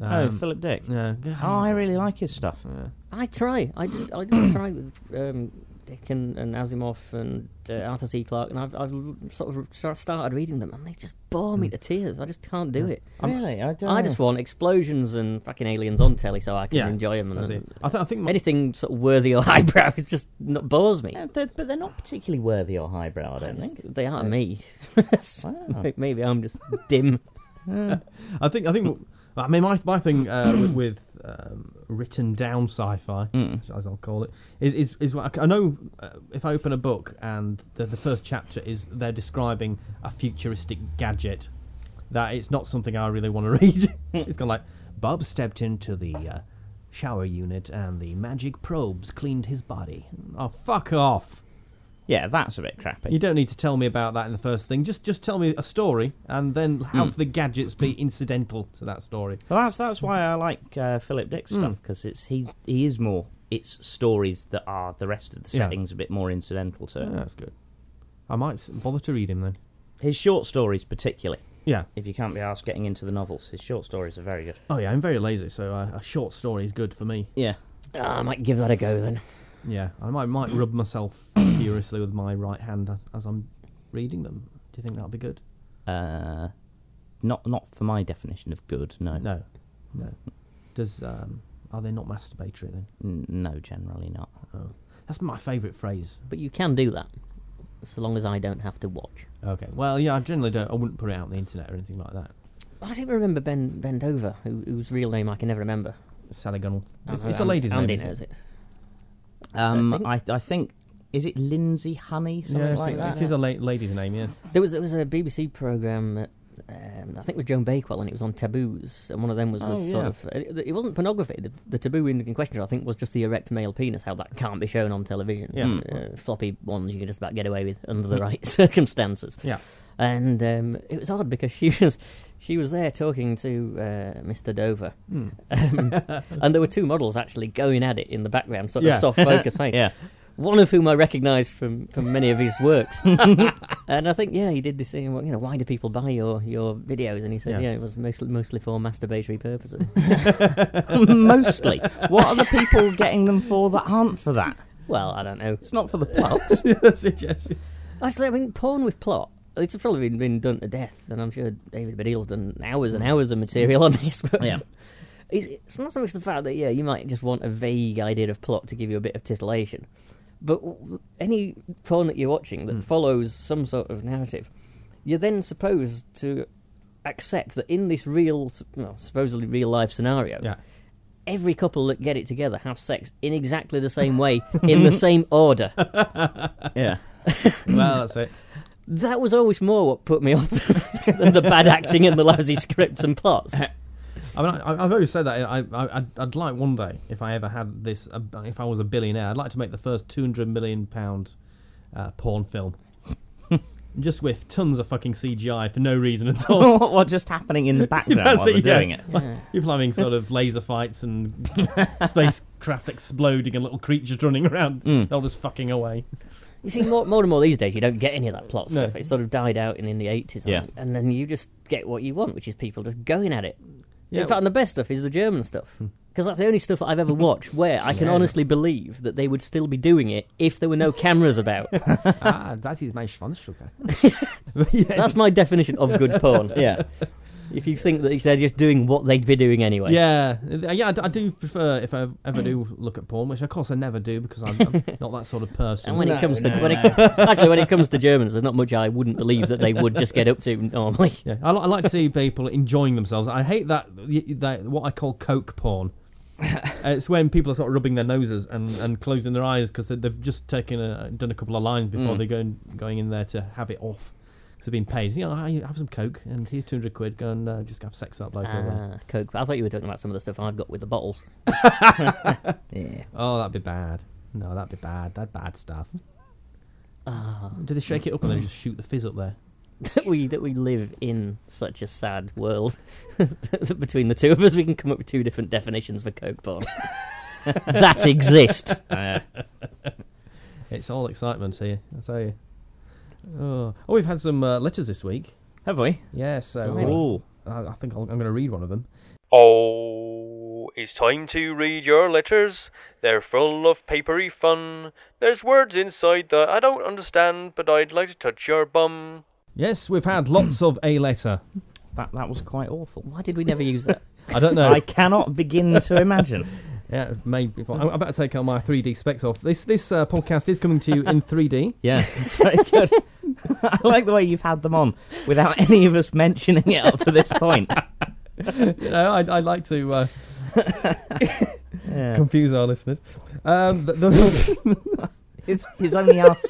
Speaker 2: oh,
Speaker 1: Um,
Speaker 2: Philip Dick.
Speaker 1: yeah.
Speaker 2: Oh, I really like his stuff.
Speaker 1: Yeah.
Speaker 3: I try. I do, I do try with um, Dick and, and Asimov and uh, Arthur C. Clarke, and I've, I've l- sort of sort of started reading them, and they just bore me to tears. I just can't do it.
Speaker 2: really, I don't.
Speaker 3: I Hmm. just uh, want explosions and fucking aliens on telly so I can
Speaker 1: Yeah,
Speaker 3: enjoy them.
Speaker 1: That's
Speaker 3: And,
Speaker 1: it. I, th- I think my,
Speaker 3: anything sort of worthy or highbrow, it just not bores me.
Speaker 2: Yeah, they're, but they're not particularly worthy or highbrow, I don't think.
Speaker 3: They are me.
Speaker 2: Wow.
Speaker 3: Maybe I'm just dim.
Speaker 1: I think I think I mean my my thing uh, with, with um, written down sci-fi, as I'll call it, is is, is what I, I know uh, if I open a book and the, the first chapter is they're describing a futuristic gadget, that it's not something I really want to read. it's kind of like Bob stepped into the. Uh, Shower unit and the magic probes cleaned his body. Oh, fuck off!
Speaker 2: Yeah, that's a bit crappy.
Speaker 1: You don't need to tell me about that in the first thing. Just, just tell me a story, and then have the gadgets be incidental to that story.
Speaker 2: Well, that's that's why I like uh, Philip
Speaker 1: Hmm.
Speaker 2: Dick's stuff because it's he he is more. It's stories that are the rest of the
Speaker 1: Yeah.
Speaker 2: settings a bit more incidental to it.
Speaker 1: Yeah, that's good. I might s- bother to read him then.
Speaker 2: His short stories, particularly,
Speaker 1: Yeah.
Speaker 2: if you can't be asked getting into the novels, his short stories are very good.
Speaker 1: Oh yeah, I'm very lazy, so uh, a short story is good for me.
Speaker 2: Yeah,
Speaker 3: Ah, I might give that a go then.
Speaker 1: Yeah, I might might rub myself furiously with my right hand as, as I'm reading them. Do you think that'll be good?
Speaker 2: uh, not not for my definition of good. No,
Speaker 1: No, no. Does um, are they not masturbatory then?
Speaker 2: N- no, generally not.
Speaker 1: Oh, that's my favourite phrase.
Speaker 3: But you can do that, so long as I don't have to watch.
Speaker 1: Okay. Well, yeah, I generally don't. I wouldn't put it out on the internet or anything like that.
Speaker 3: I seem to remember Ben Bendover, who, whose real name I can never remember.
Speaker 1: Saligonal. It's,
Speaker 3: Uh,
Speaker 1: it's a
Speaker 3: An-
Speaker 1: lady's
Speaker 3: Andy
Speaker 1: name.
Speaker 3: knows it.
Speaker 2: Um,
Speaker 3: think-
Speaker 2: I I think is it Lindsay Honey
Speaker 1: isn't
Speaker 2: something
Speaker 1: it? Yeah,
Speaker 2: like
Speaker 1: it's,
Speaker 2: that.
Speaker 1: it is a la- lady's name. Yeah.
Speaker 3: There was there was a BBC program. At, um, I think it was Joan Bakewell, and it was on taboos. And one of them was, was
Speaker 2: Oh,
Speaker 3: sort
Speaker 2: yeah.
Speaker 3: of uh, it, it wasn't pornography. The, the taboo in, in question, I think, was just the erect male penis. How that can't be shown on television.
Speaker 1: Yeah.
Speaker 3: Uh, floppy ones you can just about get away with under the right circumstances.
Speaker 1: Yeah.
Speaker 3: And um, it was odd because she was she was there talking to uh, Mr. Dover, um, and there were two models actually going at it in the background, sort
Speaker 1: Yeah.
Speaker 3: of soft focus, mate.
Speaker 2: Yeah.
Speaker 3: One of whom I recognised from, from many of his works, and I think yeah, he did this thing. well, You know, why do people buy your, your videos? And he said,
Speaker 1: Yeah.
Speaker 3: yeah, it was mostly mostly for masturbatory purposes.
Speaker 2: Mostly. What are the people getting them for that aren't for that?
Speaker 3: well, I don't know.
Speaker 2: It's not for the plots.
Speaker 1: That's it. Yes.
Speaker 3: Actually, I mean, porn with plot. It's probably been, been done to death, and I'm sure David Baddiel's done hours and hours of material on this. But
Speaker 2: Yeah.
Speaker 3: it's, it's not so much the fact that yeah, you might just want a vague idea of plot to give you a bit of titillation, but w- any porn that you're watching that follows some sort of narrative, you're then supposed to accept that in this real, s- well, supposedly real life scenario,
Speaker 1: Yeah.
Speaker 3: every couple that get it together have sex in exactly the same way, in the same order.
Speaker 2: yeah.
Speaker 1: Well, that's it.
Speaker 3: That was always more what put me off than the bad acting and the lousy scripts and plots.
Speaker 1: I mean, I, I've always said that I, I, I'd, I'd like one day, if I ever had this, uh, if I was a billionaire, I'd like to make the first two hundred million pound uh, porn film, just with tons of fucking CGI for no reason at all.
Speaker 2: what, what just happening in the background
Speaker 1: That's
Speaker 2: while they're
Speaker 1: it, yeah.
Speaker 2: doing it?
Speaker 1: Like, You're having sort of laser fights and spacecraft exploding and little creatures running around,
Speaker 2: Mm.
Speaker 1: they're all just fucking away.
Speaker 3: You see, more, more and more these days, you don't get any of that plot
Speaker 1: No.
Speaker 3: stuff. It sort of died out in, in the 80s. I
Speaker 2: Yeah.
Speaker 3: think, And then you just get what you want, which is people just going at it.
Speaker 1: Yeah. Hmm.
Speaker 3: in fact, and the best stuff is the German stuff. Because that's the only stuff that I've ever watched where I can honestly believe that they would still be doing it if there were no cameras about.
Speaker 1: ah, that is my Schwanzschucker.
Speaker 3: That's my definition of good porn.
Speaker 2: Yeah.
Speaker 3: If you think that they're just doing what they'd be doing anyway.
Speaker 1: Yeah, yeah, I d- I do prefer if I ever do look at porn, which of course I never do because I'm, I'm not that sort of person.
Speaker 3: And when
Speaker 2: No,
Speaker 3: it comes
Speaker 2: no,
Speaker 3: to when it, actually when it comes to Germans, there's not much I wouldn't believe that they would just get up to normally.
Speaker 1: Yeah, I, li- I like to see people enjoying themselves. I hate that, y- that what I call coke porn. Uh, it's when people are sort of rubbing their noses and, and closing their eyes because they've just taken a, done a couple of lines before they're going going in there to have it off. because they've been paid. You know, "Ah, you have some coke, and here's two hundred quid. Go and uh, just have sex up like all that.
Speaker 3: Ah, Coke. I thought you were talking about some of the stuff I've got with the bottles.
Speaker 2: Yeah.
Speaker 1: Oh, that'd be bad. No, that'd be bad. That bad stuff.
Speaker 3: Ah,
Speaker 1: Do they shake it up and then just shoot the fizz up there?
Speaker 3: that we that we live in such a sad world. that Between the two of us, we can come up with two different definitions for Coke porn. that exist.
Speaker 1: It's all excitement here. I tell you. Oh, oh we've had some uh, letters this week.
Speaker 2: Have we?
Speaker 1: Yeah, so
Speaker 3: Really?
Speaker 2: Ooh.
Speaker 1: I, I think I'll, I'm going to read one of them.
Speaker 5: Oh, it's time to read your letters. They're full of papery fun. There's words inside that I don't understand, but I'd like to touch your bum.
Speaker 1: Yes, we've had lots of a letter.
Speaker 2: That that was quite awful.
Speaker 3: Why did we never use that?
Speaker 1: I don't know.
Speaker 2: I cannot begin to imagine.
Speaker 1: Yeah, maybe. I'm I'm about to take all my 3D specs off. This this uh, podcast is coming to you in 3D.
Speaker 2: Yeah, it's very good. I like the way you've had them on without any of us mentioning it up to this point.
Speaker 1: You know, I'd, I'd like to uh,
Speaker 2: Yeah.
Speaker 1: confuse our listeners. Um, th- th-
Speaker 2: It's, it's only us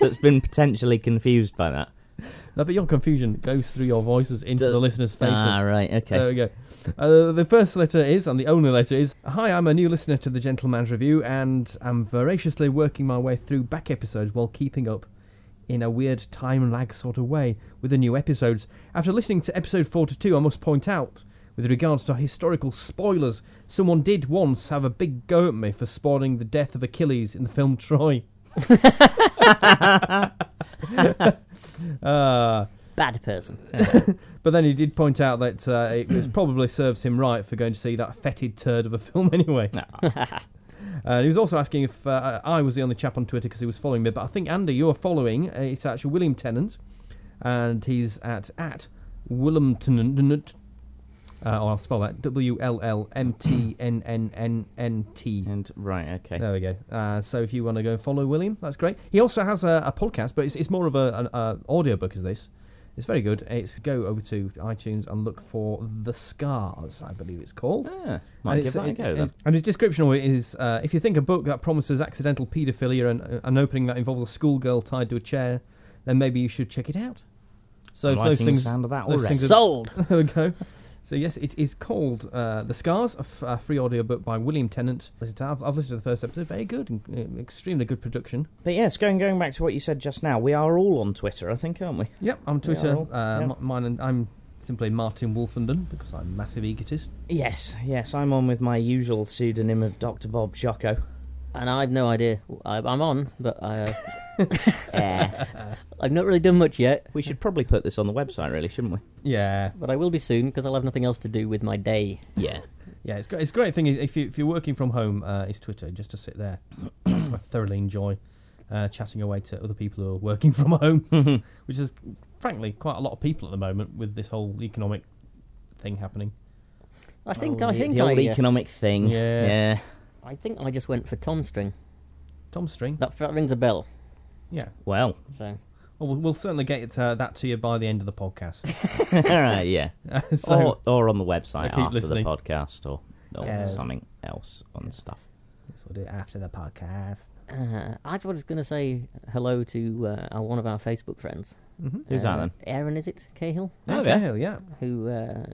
Speaker 2: that's been potentially confused by that.
Speaker 1: no, but your confusion goes through your voices into
Speaker 2: Duh.
Speaker 1: the listeners' faces.
Speaker 2: Ah, right, okay.
Speaker 1: There we go. Uh, the first letter is, and the only letter is Hi, I'm a new listener to the Gentleman's Review and am voraciously working my way through back episodes while keeping up in a weird time lag sort of way with the new episodes. After listening to episode 42, I must point out, with regards to historical spoilers, someone did once have a big go at me for spoiling the death of Achilles in the film Troy. uh,
Speaker 3: Bad person.
Speaker 1: but then he did point out that uh, it was probably serves him right for going to see that fetid turd of a film anyway. Uh, he was also asking if uh, I was the only chap on Twitter because he was following me, but I think Andy, you're following. Uh, it's actually William Tennant, and he's at at Willem Tennant. Uh, I'll spell that W L L M T N N N N T.
Speaker 2: And right, okay.
Speaker 1: There we go. Uh, so if you want to go and follow William, that's great. He also has a, a podcast, but it's, it's more of a, an uh, audio book as this. It's very good. It's go over to iTunes and look for The Scars, I believe it's called.
Speaker 2: Yeah, Ah, might
Speaker 1: and,
Speaker 2: give
Speaker 1: it's-
Speaker 2: that a go then.
Speaker 1: and- and his description of it is uh, if you think a book that promises accidental paedophilia and uh, an opening that involves a schoolgirl tied to a chair, then maybe you should check it out. So if
Speaker 2: I'm
Speaker 1: those
Speaker 2: liking the
Speaker 1: things,
Speaker 2: sound of that
Speaker 1: those
Speaker 2: already.
Speaker 1: things are-
Speaker 3: Sold.
Speaker 1: there we go. So yes, it is called uh, "The Scars," a, f- a free audiobook by William Tennant. Listen to, I've, I've listened to the first episode. Very good, and, uh, extremely good production.
Speaker 2: But yes, going going back to what you said just now, we are all on Twitter, I think, aren't we?
Speaker 1: Yep, on Twitter,
Speaker 2: all-
Speaker 1: uh,
Speaker 2: yeah.
Speaker 1: m- mine, and I'm simply Martin Wolfenden because I'm a massive egotist.
Speaker 2: Yes, yes, I'm on with my usual pseudonym of Dr. Bob Shocko.
Speaker 3: And I've no idea. I, I'm on, but I, uh, I've not really done much yet.
Speaker 2: We should probably put this on the website, really, shouldn't we?
Speaker 1: Yeah,
Speaker 3: But I will be soon because I'll have nothing else to do with my day.
Speaker 2: Yeah.
Speaker 1: yeah, it's great. It's a great thing if you if you're working from home, uh, is Twitter just to sit there. I thoroughly enjoy uh, chatting away to other people who are working from home, which is frankly quite a lot of people at the moment with this whole economic thing happening.
Speaker 3: I think
Speaker 2: Oh,
Speaker 3: I
Speaker 2: the-
Speaker 3: think
Speaker 2: the old
Speaker 3: I, uh,
Speaker 2: economic thing.
Speaker 1: Yeah.
Speaker 2: yeah.
Speaker 3: I think I just went for Tom String.
Speaker 1: Tom String,
Speaker 3: That, that rings a bell.
Speaker 1: yeah.
Speaker 2: Well,
Speaker 3: So
Speaker 1: Well, we'll, we'll certainly get uh, that to you by the end of the podcast.
Speaker 2: all right, yeah.
Speaker 1: so,
Speaker 2: or, or on the website
Speaker 1: keep
Speaker 2: after
Speaker 1: listening.
Speaker 2: the podcast or, or
Speaker 1: Yeah.
Speaker 2: something else on stuff.
Speaker 1: yes, we'll do it after the podcast.
Speaker 3: uh, I was going to say hello to uh, one of our Facebook friends.
Speaker 2: Mm-hmm. Who's
Speaker 3: uh,
Speaker 2: that then?
Speaker 3: Aaron, is it Cahill,
Speaker 2: Oh,
Speaker 1: Okay,
Speaker 2: yeah.
Speaker 1: hell yeah.
Speaker 3: who uh,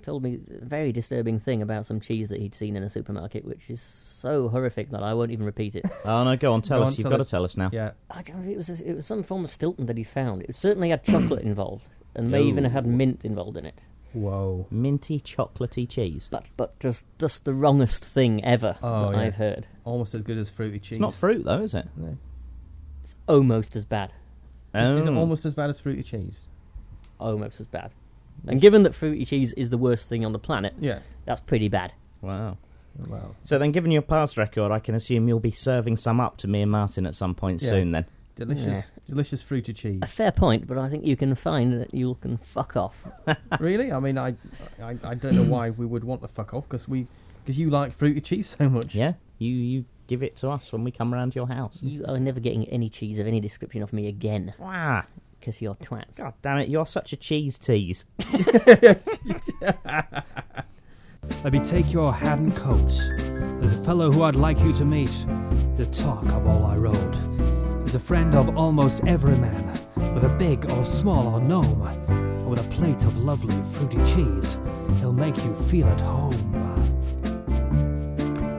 Speaker 3: told me a very disturbing thing about some cheese that he'd seen in a supermarket, which is so horrific that I won't even repeat it.
Speaker 2: Oh no, go on, tell
Speaker 1: Go
Speaker 2: us.
Speaker 1: on,
Speaker 2: You've
Speaker 1: tell
Speaker 2: got
Speaker 1: us.
Speaker 2: to tell us now.
Speaker 1: Yeah.
Speaker 3: I don't, it was it was some form of Stilton that he found. It certainly had chocolate involved, and may even have had mint involved in it.
Speaker 1: Whoa.
Speaker 2: Minty chocolatey cheese.
Speaker 3: But but just just the wrongest thing ever
Speaker 1: Oh,
Speaker 3: that
Speaker 1: yeah.
Speaker 3: I've heard.
Speaker 1: Almost as good as fruity cheese.
Speaker 2: It's not fruit though, is it?
Speaker 3: It's almost as bad.
Speaker 2: Oh.
Speaker 1: Is it almost as bad as fruity cheese?
Speaker 3: Almost as bad. And given that fruity cheese is the worst thing on the planet,
Speaker 1: Yeah.
Speaker 3: that's pretty bad.
Speaker 2: Wow.
Speaker 1: Well,
Speaker 2: So then, given your past record, I can assume you'll be serving some up to me and Martin at some point
Speaker 1: Yeah.
Speaker 2: soon. Then
Speaker 1: delicious, delicious fruity cheese.
Speaker 3: A fair point, but I think you can find that you can fuck off.
Speaker 1: really? I mean, I, I, I don't know why we would want the fuck off because we, because you like fruity cheese so much.
Speaker 2: Yeah, you you give it to us when we come around your house.
Speaker 3: You are never getting any cheese of any description off me again,
Speaker 2: Wow.
Speaker 3: because you're twats.
Speaker 2: God damn it, you're such a cheese tease.
Speaker 6: Let me take your hat and coat. There's a fellow who I'd like you to meet. The talk of all I rode. He's a friend of almost every man.
Speaker 1: with a big or small or gnome, or with a plate of lovely fruity cheese, he'll make you feel at home.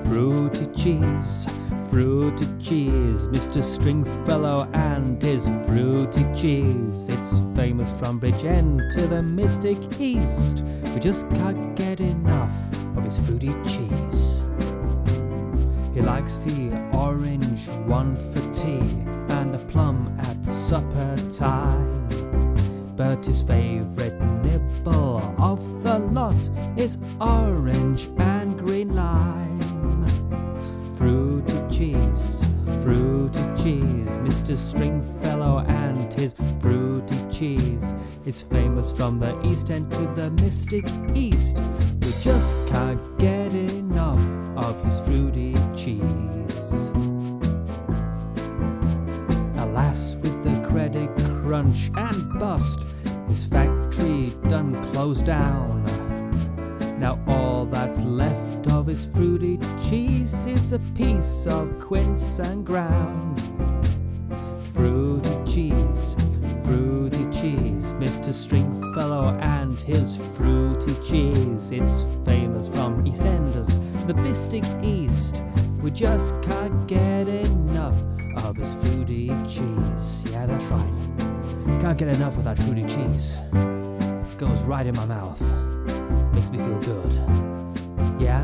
Speaker 1: Fruity cheese, fruity cheese, Mr. Stringfellow and his fruity cheese. It's famous from Bridge End to the Mystic East. We just can't get enough of his fruity cheese. He likes the orange one for tea and a plum at supper time. But his favorite nibble of the lot is orange and green lime. Fruity cheese, fruity cheese, Mr. Stringfellow and his fruity cheese is famous from the East End to the Mystic East. We just can't get enough of his fruity cheese. Alas, with the credit crunch and bust, his factory done closed down. Now all that's left of his fruity cheese is a piece of quince and ground. Fruity cheese, fruity cheese, Mr. Stringfellow and his fruity cheese. It's famous from EastEnders, the Bistic East. We just can't get enough of his fruity cheese. Yeah, that's right. Can't get enough of that fruity cheese. Goes right in my mouth makes me feel good. Yeah,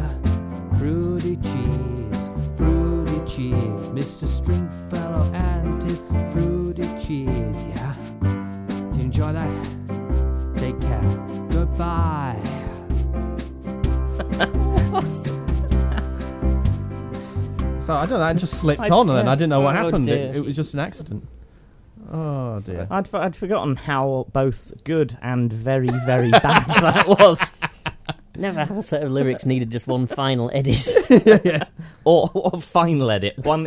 Speaker 1: fruity cheese, fruity cheese, Mr. Stringfellow and his fruity cheese. Yeah, do you enjoy that? Take care. Goodbye.
Speaker 7: So I don't know. I just slipped
Speaker 2: I-
Speaker 7: on, and then
Speaker 2: yeah.
Speaker 7: I didn't know what
Speaker 2: Oh,
Speaker 7: happened. It,
Speaker 2: dear.
Speaker 7: it was just an accident. Oh dear.
Speaker 2: I'd, for- I'd forgotten how both good and very, very bad that was.
Speaker 3: Never have a set of lyrics needed just one final edit.
Speaker 2: Or, or final edit, one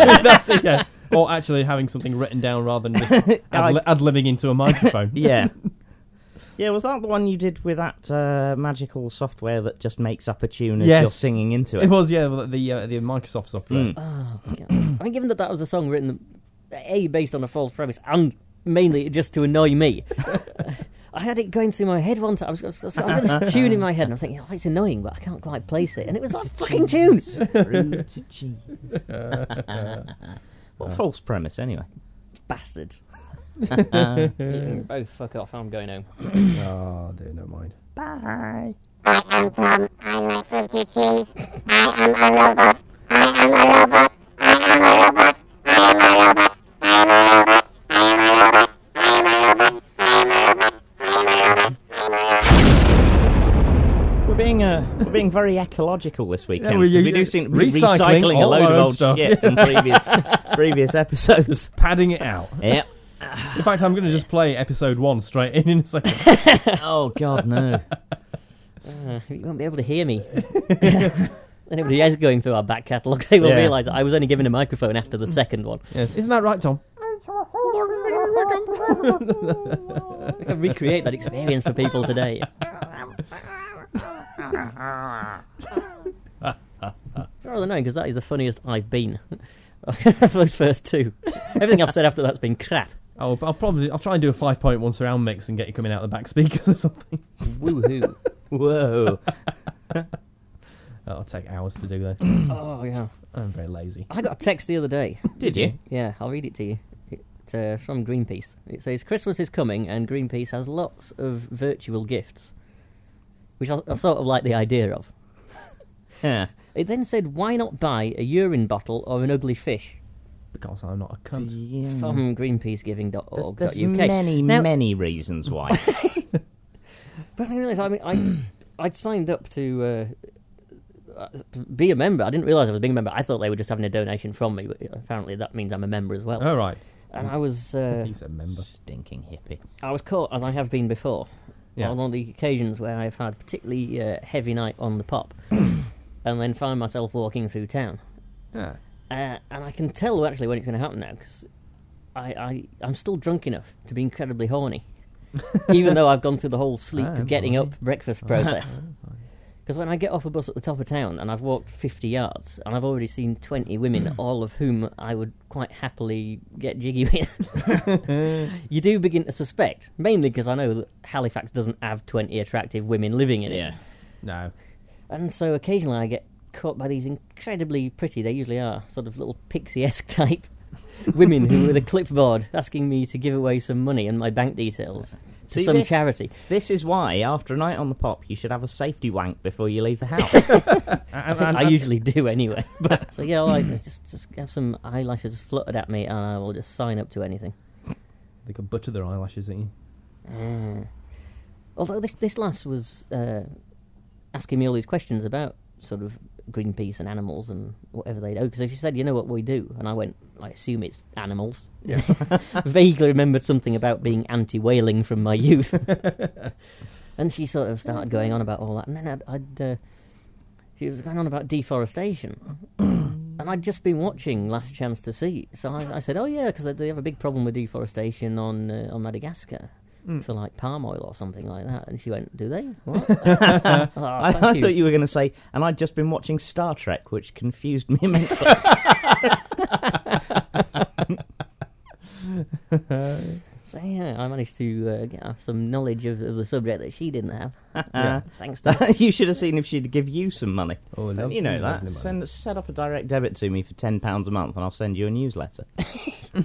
Speaker 2: edit.
Speaker 7: That's it. Yeah. Or actually having something written down rather than just ad, li- ad libbing into a microphone.
Speaker 2: yeah. Yeah, was that the one you did with that uh, magical software that just makes up a tune as you're
Speaker 7: Yes.
Speaker 2: singing into it?
Speaker 7: It was yeah well, the uh, the Microsoft software.
Speaker 2: Mm.
Speaker 3: Oh, God. I mean, given that that was a song written, A, based on a false premise, and mainly just to annoy me. I had it going through my head one time. I was, I was, I had this tune in my head, and I'm thinking, oh, it's annoying, but I can't quite place it. And it was that fucking tune!
Speaker 2: Fruity cheese. Uh, what false premise, anyway?
Speaker 3: Bastards. you can both fuck off. I'm going home.
Speaker 7: Oh dear, never mind.
Speaker 2: Bye.
Speaker 8: I am Tom. I like fruity cheese. I am a robot. I am a robot. I am a robot. I am a robot. I am a robot. I am a robot. I am a robot. I am a robot. I am a robot. I am a robot.
Speaker 2: We're being uh, we're being very ecological this weekend.
Speaker 7: we-
Speaker 2: 'cause we
Speaker 7: yeah,
Speaker 2: do seem to be
Speaker 7: recycling
Speaker 2: recycling a
Speaker 7: all
Speaker 2: load
Speaker 7: our
Speaker 2: of
Speaker 7: own
Speaker 2: old
Speaker 7: stuff.
Speaker 2: shit from previous previous episodes.
Speaker 7: Padding it out.
Speaker 2: Yep.
Speaker 7: In fact, I'm going to just play episode one straight in in a second.
Speaker 2: Oh God, no.
Speaker 3: Uh, you won't be able to hear me. Anybody else going through our back catalogue, they will
Speaker 7: Yeah.
Speaker 3: realise I was only given a microphone after the second one.
Speaker 7: yes. Isn't that right, Tom?
Speaker 3: I can recreate that experience for people today. It's rather annoying because that is the funniest I've been. for those first two. Everything I've said after that's been crap.
Speaker 7: I'll, I'll probably I'll try and do a five point one surround mix and get you coming out the back speakers or something.
Speaker 3: Woohoo.
Speaker 2: Whoa.
Speaker 7: That'll take hours to do then.
Speaker 3: Oh, yeah.
Speaker 7: I'm very lazy.
Speaker 3: I got a text the other day.
Speaker 2: Did you?
Speaker 3: Yeah, I'll read it to you. It's uh, from Greenpeace. It says Christmas is coming, and Greenpeace has lots of virtual gifts, which I, I sort of like the idea of.
Speaker 2: Yeah.
Speaker 3: It then said, "Why not buy a urine bottle or an ugly fish?"
Speaker 7: Because I'm not a cunt.
Speaker 3: From
Speaker 2: There's,
Speaker 3: greenpeacegiving.org.uk.
Speaker 2: Mm-hmm. there's many,
Speaker 3: now,
Speaker 2: many reasons why.
Speaker 3: But I realised I mean, I I'd signed up to uh, uh, be a member. I didn't realise I was being a member. I thought they were just having a donation from me, but apparently that means I'm a member as well.
Speaker 2: Oh.
Speaker 7: All right.
Speaker 3: and I was uh,
Speaker 7: You said member.
Speaker 2: Stinking hippie.
Speaker 3: I was caught as I have been before
Speaker 7: Yeah.
Speaker 3: on all the occasions where I've had particularly uh, heavy night on the pop, and then find myself walking through town.
Speaker 7: Yeah.
Speaker 3: Uh, and I can tell actually when it's going to happen now because I, I I'm still drunk enough to be incredibly horny, even though I've gone through the whole sleep
Speaker 7: Oh,
Speaker 3: getting
Speaker 7: boy.
Speaker 3: up breakfast process. Because Because when I get off a bus at the top of town and I've walked 50 yards and I've already seen 20 women, all of whom I would quite happily get jiggy with, you do begin to suspect, mainly because I know that Halifax doesn't have 20 attractive women living in it.
Speaker 1: No.
Speaker 3: And so occasionally I get caught by these incredibly pretty, they usually are, sort of little pixie esque type women who with a clipboard asking me to give away some money and my bank details to
Speaker 2: See,
Speaker 3: some
Speaker 2: this-
Speaker 3: charity.
Speaker 2: This is why, after a night on the pop, you should have a safety wank before you leave the house.
Speaker 3: I, think I usually do anyway. But so yeah, I just just have some eyelashes fluttered at me, and I will just sign up to anything.
Speaker 1: They could butter their eyelashes at you.
Speaker 3: Mm. Although this this last was uh, asking me all these questions about sort of Greenpeace and animals and whatever they do. Because she said, "You know what we do," and I went, "I assume it's animals." Vaguely remembered something about being anti whaling from my youth, and she sort of started going on about all that, and then I'd, I'd uh, she was going on about deforestation. And I'd just been watching Last Chance to See, so I, I said, "Oh yeah, because they have a big problem with deforestation on uh, on Madagascar."
Speaker 2: Hmm.
Speaker 3: for like palm oil or something like that. And she went, Do they? What? Oh,
Speaker 1: Ah,
Speaker 2: I, I
Speaker 3: thank you.
Speaker 2: thought you were going to say, and I'd just been watching Star Trek, which confused me immensely.
Speaker 3: So, yeah, I managed to uh, get off some knowledge of, of the subject that she didn't have.
Speaker 2: Uh,
Speaker 3: Thanks to
Speaker 2: you should have seen if she'd give you some money.
Speaker 1: Oh, lovely,
Speaker 2: you know that.
Speaker 1: lovely money.
Speaker 2: Send, set up a direct debit to me for ten pounds a month, and I'll send you a newsletter.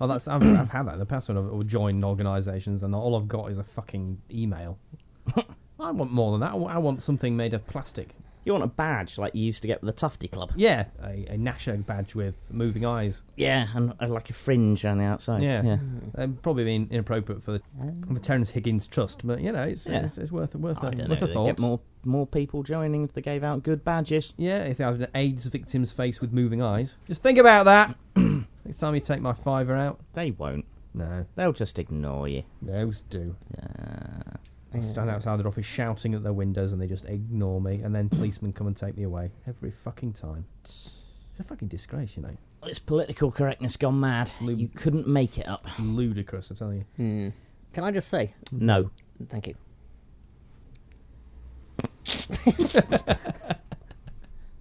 Speaker 1: Oh, that's I've, I've had that in the past when I've I've joined organisations and all I've got is a fucking email. I want more than that. I wa- I want something made of plastic.
Speaker 2: You want a badge like you used to get with the Tufty Club?
Speaker 1: Yeah, a, a Nasher badge with moving eyes.
Speaker 2: Yeah, and uh, like a fringe on the outside.
Speaker 1: Yeah, Mm. That'd probably been inappropriate for the, the Terence Higgins Trust, but you know, it's
Speaker 2: Yeah.
Speaker 1: it's, it's worth worth
Speaker 2: I
Speaker 1: a,
Speaker 2: don't know.
Speaker 1: worth a
Speaker 2: do they
Speaker 1: thought.
Speaker 2: Get more more people joining if they gave out good badges.
Speaker 1: Yeah, if I was an AIDS victim's face with moving eyes, just think about that. Next time you take my fiver out,
Speaker 2: They won't.
Speaker 1: no,
Speaker 2: They'll just ignore you.
Speaker 1: those do.
Speaker 2: Uh,
Speaker 1: I stand outside their office shouting at their windows and they just ignore me, and then policemen come and take me away every fucking time. It's a fucking disgrace, you know.
Speaker 2: it's political correctness gone mad.
Speaker 1: Lou-
Speaker 2: You couldn't make it up.
Speaker 1: Ludicrous, I tell you.
Speaker 3: Hmm. Can I just say,
Speaker 2: No.
Speaker 3: thank you.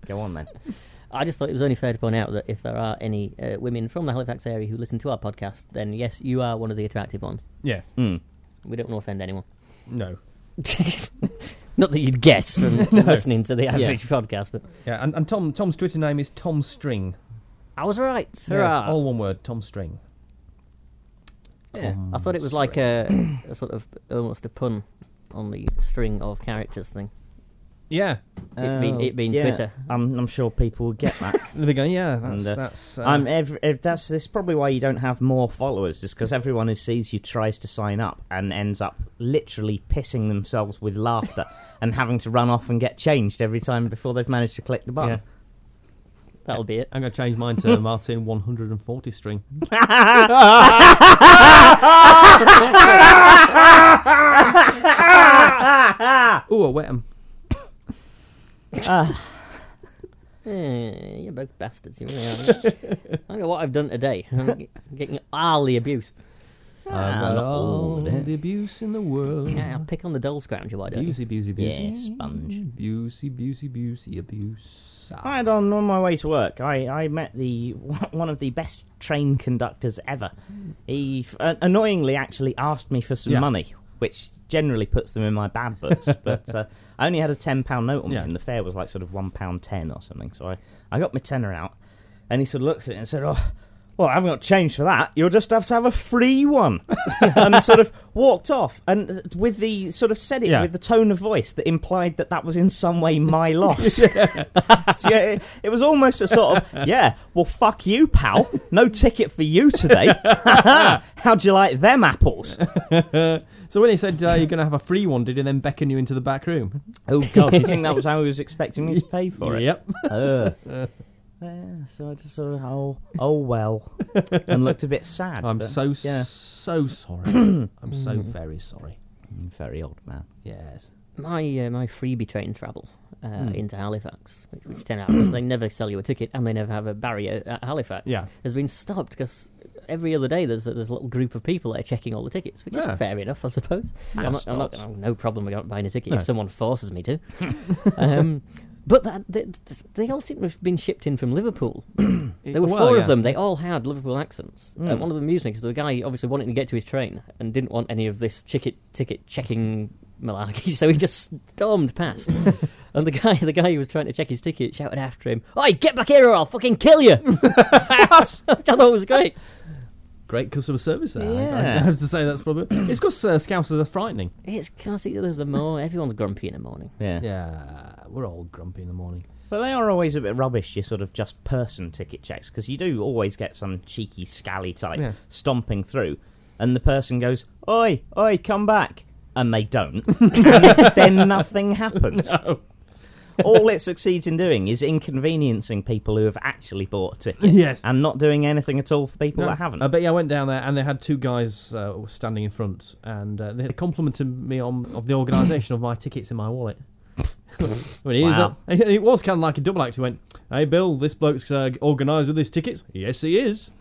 Speaker 2: Go on then.
Speaker 3: I just thought it was only fair to point out that if there are any uh, women from the Halifax area who listen to our podcast, then yes, you are one of the attractive ones.
Speaker 1: Yeah,
Speaker 2: Mm.
Speaker 3: We don't want to offend anyone.
Speaker 1: no.
Speaker 3: Not that you'd guess from listening to the average podcast, but
Speaker 1: Yeah, and, and Tom Tom's Twitter name is Tom String.
Speaker 3: I was right.
Speaker 1: Yes,
Speaker 3: Hurrah.
Speaker 1: all one word, Tom String.
Speaker 3: I thought it was like a, a sort of almost a pun on the string of characters thing.
Speaker 1: Yeah.
Speaker 3: It being- it being Twitter.
Speaker 2: Oh, I'm, I'm sure people will get that.
Speaker 1: And they go, yeah, that's.
Speaker 2: And, uh,
Speaker 1: that's uh,
Speaker 2: um, ev ev- that's this probably why you don't have more followers, is because everyone who sees you tries to sign up and ends up literally pissing themselves with laughter and having to run off and get changed every time before they've managed to click the
Speaker 1: yeah.
Speaker 2: button.
Speaker 3: That'll be it.
Speaker 1: I'm going to change mine to Martin 140 string. oh, I wet 'em.
Speaker 3: Eh, you're both bastards. You really are. I don't know what I've done today. I'm g- getting all the abuse.
Speaker 1: I've got
Speaker 2: not
Speaker 1: all
Speaker 2: all of it.
Speaker 1: the abuse in the world.
Speaker 3: Yeah, I'll pick on the dull scrounger, why don't you?
Speaker 1: Abuse, abuse, abuse.
Speaker 2: Yeah, sponge.
Speaker 1: Abuse, abuse, abuse, abuse. Ah.
Speaker 2: I had on, on my way to work. I, I met the one of the best train conductors ever. He f- uh, annoyingly actually asked me for some
Speaker 1: Yeah.
Speaker 2: money, which generally puts them in my bad books. but uh, I only had a ten pound note on
Speaker 1: Yeah.
Speaker 2: me, and the fare was like sort of one pound ten or something. So I, I got my tenner out, and he sort of looks at it and said, "Oh, well, I haven't got change for that. You'll just have to have a free one," and sort of walked off. And with the sort of said it
Speaker 1: Yeah.
Speaker 2: with the tone of voice that implied that that was in some way my loss. So, yeah, it, it was almost a sort of yeah. Well, fuck you, pal. No ticket for you today. How'd you like them apples?
Speaker 1: So when he said uh, you're going to have a free one, did he then beckon you into the back room?
Speaker 2: Oh God, do you think that was how he was expecting me to pay for it?
Speaker 1: Yep.
Speaker 2: Ugh. Yeah, so I just sort of oh oh well, and looked a bit sad.
Speaker 1: I'm
Speaker 2: but,
Speaker 1: so,
Speaker 2: yeah,
Speaker 1: so sorry. I'm so very sorry.
Speaker 2: very old man.
Speaker 1: Yes.
Speaker 3: My, uh, my freebie train travel uh,
Speaker 1: Hmm.
Speaker 3: into Halifax, which, which 10 hours, they never sell you a ticket and they never have a barrier at Halifax,
Speaker 1: Yeah.
Speaker 3: has been stopped because every other day there's there's a little group of people that are checking all the tickets, which
Speaker 1: Yeah.
Speaker 3: is fair enough, I suppose.
Speaker 1: Yeah,
Speaker 3: I'm not, I'm not
Speaker 1: starts.
Speaker 3: I've no problem with buying a ticket
Speaker 1: No.
Speaker 3: if someone forces me to. um, but that, they, they all seem to have been shipped in from Liverpool. There were
Speaker 1: Well,
Speaker 3: four
Speaker 1: yeah. Hmm.
Speaker 3: of them. They all had Liverpool accents. Uh,
Speaker 2: Mm.
Speaker 3: one of them amused me because the guy obviously wanted to get to his train and didn't want any of this ticket ticket checking malarkey, so he just stormed past. and the guy, the guy who was trying to check his ticket, shouted after him, "Oi, get back here, or I'll fucking kill you!" Which I thought was great.
Speaker 1: Great customer service there. I- I
Speaker 2: Yeah.
Speaker 1: have to say that's probably. It's because uh, scousers are frightening.
Speaker 3: It's can't see there's the more. Everyone's grumpy in the morning.
Speaker 2: Yeah.
Speaker 1: Yeah, we're all grumpy in the morning.
Speaker 2: But they are always a bit rubbish, your sort of just person ticket checks, because you do always get some cheeky scally type
Speaker 1: Yeah.
Speaker 2: stomping through, and the person goes, Oi, oi, come back. And they don't. and then nothing happens. All it succeeds in doing is inconveniencing people who have actually bought tickets
Speaker 1: Yes.
Speaker 2: and not doing anything at all for people
Speaker 1: No,
Speaker 2: that haven't.
Speaker 1: I bet you I went down there and they had two guys uh, standing in front and uh, they complimented me on of the organisation of my tickets in my wallet. I mean, here's
Speaker 2: Wow.
Speaker 1: that- and it was kind of like a double act. He went, "Hey, Bill, this bloke's uh, organised with his tickets." Yes, he is.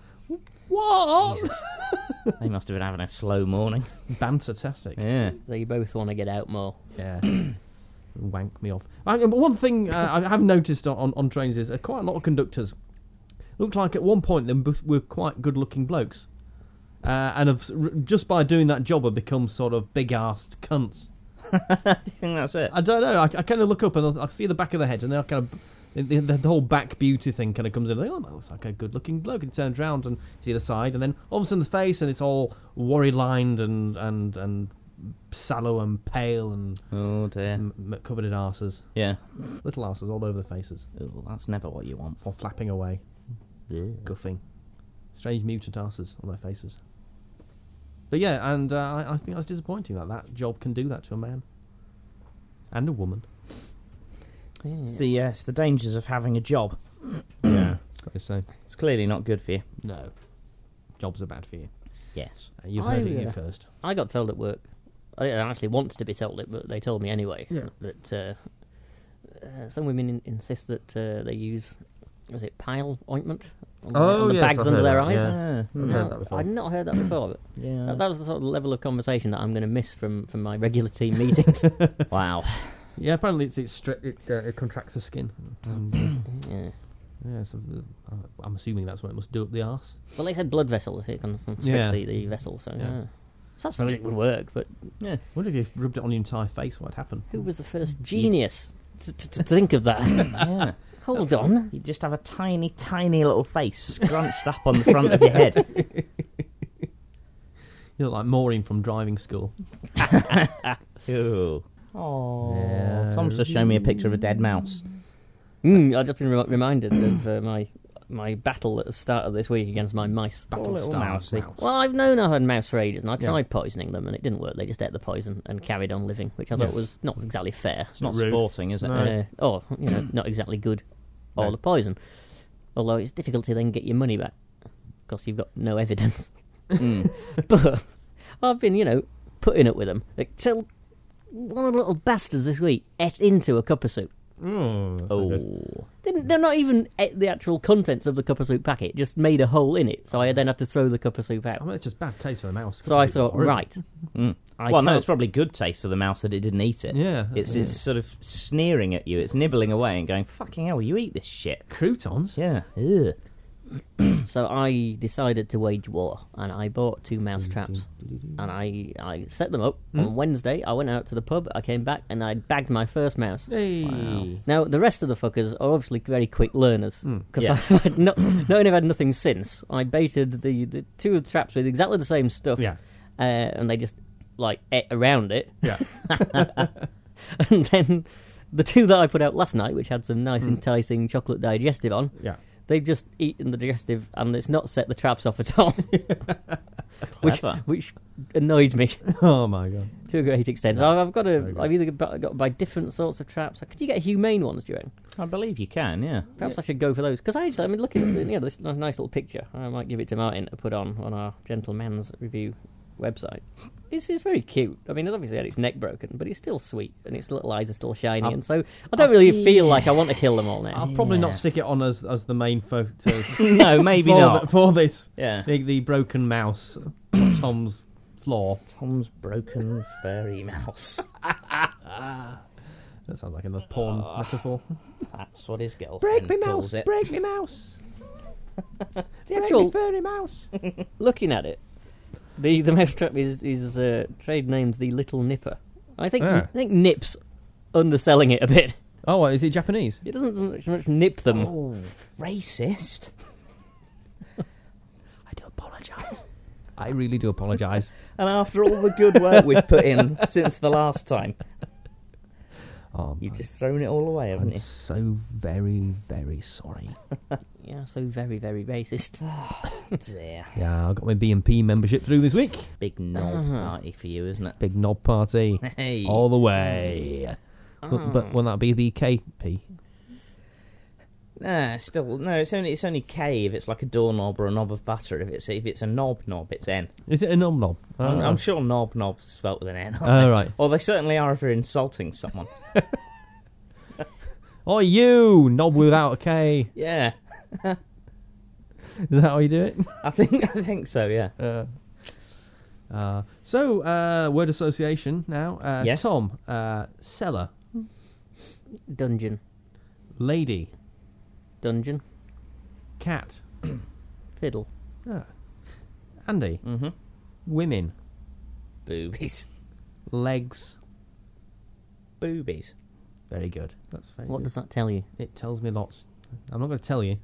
Speaker 1: What?
Speaker 2: they must have been having a slow morning.
Speaker 1: Bantertastic.
Speaker 2: Yeah.
Speaker 3: They both want to get out more.
Speaker 1: Yeah. Wank me off. I, but one thing uh, I have noticed on, on, on trains is uh, quite a lot of conductors looked like at one point they both were quite good looking blokes. Uh, and have, s- r- just by doing that job have become sort of big assed cunts.
Speaker 2: I think that's it.
Speaker 1: I don't know. I, I kind of look up and I, I see the back of the head and then I kind of. The, the, the whole back beauty thing kind of comes in. Like, oh, that looks like a good looking bloke. And turns around and you see the side, and then all of a sudden the face, and it's all worry lined and, and, and sallow and pale and
Speaker 2: Oh dear.
Speaker 1: m- m- covered in arses.
Speaker 2: Yeah.
Speaker 1: Little asses all over the faces,
Speaker 2: Ooh, that's never what you want.
Speaker 1: or flapping away,
Speaker 2: Ugh.
Speaker 1: guffing. Strange mutant asses on their faces. But yeah, and uh, I, I think that's disappointing that that job can do that to a man and a woman.
Speaker 2: It's the uh, it's the dangers of having a job.
Speaker 1: Yeah, it's got to say.
Speaker 2: It's clearly not good for you.
Speaker 1: No, jobs are bad for you.
Speaker 2: Yes.
Speaker 1: Uh, You've heard
Speaker 3: I,
Speaker 1: it here
Speaker 3: uh,
Speaker 1: first.
Speaker 3: I got told at work. I didn't actually want to be told it, but they told me anyway.
Speaker 1: Yeah.
Speaker 3: That uh, uh, some women in- insist that uh, they use was it pile ointment on, the-
Speaker 6: Oh,
Speaker 3: on the
Speaker 6: yes,
Speaker 3: bags
Speaker 6: I've
Speaker 3: under
Speaker 6: heard
Speaker 3: their
Speaker 6: of
Speaker 3: eyes.
Speaker 6: that, yeah.
Speaker 2: Ah, hmm.
Speaker 6: heard that before.
Speaker 3: I'd not heard that before. But
Speaker 2: Yeah.
Speaker 3: that, that was the sort of level of conversation that I'm going to miss from, from my regular team meetings.
Speaker 2: Wow.
Speaker 1: Yeah, apparently it's, it's stri- it, uh, it contracts the skin. And,
Speaker 3: yeah.
Speaker 1: uh, yeah, so, uh, I'm assuming that's what it must do up the arse.
Speaker 3: Well, they said blood vessels. It cons- constricts
Speaker 1: Yeah.
Speaker 3: the, the vessel. So
Speaker 1: Yeah.
Speaker 3: yeah. So I suppose it would work. But
Speaker 2: Yeah.
Speaker 1: I wonder if you rubbed it on your entire face, what'd happen?
Speaker 3: who was the first genius to, to, to think of that?
Speaker 2: Yeah.
Speaker 3: Hold on.
Speaker 2: Ah, You just have a tiny, tiny little face scrunched up on the front of your head.
Speaker 1: You look like Maureen from driving school.
Speaker 2: Ooh. Oh.
Speaker 1: Yeah.
Speaker 2: Tom's just shown me a picture of a dead mouse.
Speaker 3: Mm, I've just been re- reminded of uh, my my battle at the start of this week against my mice.
Speaker 1: Battle
Speaker 2: little
Speaker 1: Star
Speaker 2: mousey.
Speaker 1: Mouse.
Speaker 3: Well, I've known I had mouse rages, and I
Speaker 1: Yeah.
Speaker 3: tried poisoning them, and it didn't work. They just ate the poison and carried on living, which I thought
Speaker 1: Yeah.
Speaker 3: was not exactly fair,
Speaker 2: It's not
Speaker 1: Rude.
Speaker 2: sporting, is it?
Speaker 3: uh, or you know, not exactly good, or
Speaker 1: No.
Speaker 3: the poison. Although it's difficult to then get your money back because you've got no evidence.
Speaker 2: Mm.
Speaker 3: but I've been, you know, putting up with them like, till one of the little bastards this week ate into a cup of soup.
Speaker 1: Oh, that's not good.
Speaker 2: Oh.
Speaker 3: They- They're not even at the actual contents of the cup of soup packet. Just made a hole in it, so I then had to throw the cup of soup
Speaker 1: I
Speaker 3: out.
Speaker 1: mean, it's just bad taste for the mouse.
Speaker 3: So I
Speaker 1: It's
Speaker 3: thought,
Speaker 1: horrible.
Speaker 3: right,
Speaker 2: Mm.
Speaker 3: I
Speaker 2: well, no,
Speaker 3: can't-
Speaker 2: it's probably good taste for the mouse that it didn't eat it.
Speaker 1: Yeah.
Speaker 2: It's, it's sort of sneering at you. It's nibbling away and going, fucking hell, you eat this shit.
Speaker 1: Croutons?
Speaker 2: Yeah. Ugh.
Speaker 3: so I decided to wage war, and I bought two mouse traps, and I I set them up
Speaker 2: Hmm?
Speaker 3: on Wednesday. I went out to the pub, I came back, and I bagged my first mouse.
Speaker 1: Hey.
Speaker 3: Now the rest of the fuckers are obviously very quick learners because
Speaker 2: Hmm. Yeah.
Speaker 3: I've had not, not only have I had nothing since I baited the, the two of the traps with exactly the same stuff,
Speaker 1: Yeah.
Speaker 3: uh, and they just like ate around it.
Speaker 1: Yeah.
Speaker 3: and then the two that I put out last night, which had some nice,
Speaker 1: Hmm.
Speaker 3: enticing chocolate digestive on,
Speaker 1: Yeah.
Speaker 3: they've just eaten the digestive and it's not set the traps off at all, which
Speaker 2: Clever.
Speaker 3: which annoyed me
Speaker 1: Oh, my God.
Speaker 3: to a great extent. So I've, I've got
Speaker 1: so
Speaker 3: to,
Speaker 1: good.
Speaker 3: I've either got got to buy different sorts of traps. Could you get humane ones, Duran?
Speaker 2: I believe you can, yeah.
Speaker 3: Perhaps I should go for those because I, just- I mean, looking at the, you know this nice little picture, I might give it to Martin to put on on our gentleman's review website. It's, it's very cute. I mean, it's obviously had its neck broken, but it's still sweet, and its little eyes are still shiny, and so I don't really feel like I want to kill them all now.
Speaker 1: I'll probably
Speaker 2: Yeah.
Speaker 1: not stick it on as as the main photo.
Speaker 2: no, maybe
Speaker 1: for
Speaker 2: not.
Speaker 1: th- for this.
Speaker 2: Yeah.
Speaker 1: The, the broken mouse of Tom's floor.
Speaker 2: Tom's broken furry mouse.
Speaker 1: That sounds like another porn metaphor.
Speaker 2: That's what his girlfriend
Speaker 1: Ah. Break me mouse,
Speaker 2: calls it.
Speaker 1: break me mouse.
Speaker 3: the
Speaker 1: Break
Speaker 3: actual
Speaker 1: me furry mouse.
Speaker 3: looking at it, the the mousetrap is is uh, trade name's the Little Nipper. I think
Speaker 1: Ah.
Speaker 3: I think Nip's underselling it a bit.
Speaker 1: Oh, what, is it Japanese?
Speaker 3: It doesn't, doesn't so much nip them.
Speaker 2: Oh, racist.
Speaker 1: I do apologise. I really do apologise.
Speaker 2: And after all the good work we've put in since the last time,
Speaker 1: Oh,
Speaker 2: you've just thrown it all away, haven't
Speaker 1: I'm
Speaker 2: you?
Speaker 1: so very, very sorry.
Speaker 3: Yeah, so very very racist.
Speaker 2: Dear.
Speaker 1: Yeah, I got my B&P membership through this week.
Speaker 2: Big knob party for you, isn't it? Oh.
Speaker 1: Big knob party.
Speaker 2: Hey.
Speaker 1: All the way. But,
Speaker 2: Hmm.
Speaker 1: but will that be the KP?
Speaker 2: Nah, still no. It's only it's only K if it's like a doorknob or a knob of butter. If it's if it's a knob knob, it's N.
Speaker 1: Is it a nom nom?
Speaker 2: I'm, I'm sure knob knobs spelt with an N. aren't
Speaker 1: Oh,
Speaker 2: they?
Speaker 1: right.
Speaker 2: Or they certainly are if you're insulting someone.
Speaker 1: Oh, you! Knob without a K.
Speaker 2: yeah,
Speaker 1: Is that how you do it?
Speaker 2: I think I think so. Yeah.
Speaker 1: Uh, so, uh, word association now. Uh,
Speaker 2: Yes.
Speaker 1: Tom, uh, cellar,
Speaker 3: Dungeon,
Speaker 1: lady,
Speaker 3: dungeon,
Speaker 1: cat,
Speaker 3: fiddle,
Speaker 1: Andy,
Speaker 2: Mm-hmm.
Speaker 1: women,
Speaker 2: Boobies.
Speaker 1: legs.
Speaker 2: Boobies.
Speaker 1: Very good. That's very
Speaker 3: What
Speaker 1: good.
Speaker 3: does that tell you?
Speaker 1: It tells me lots. I'm not going to tell you.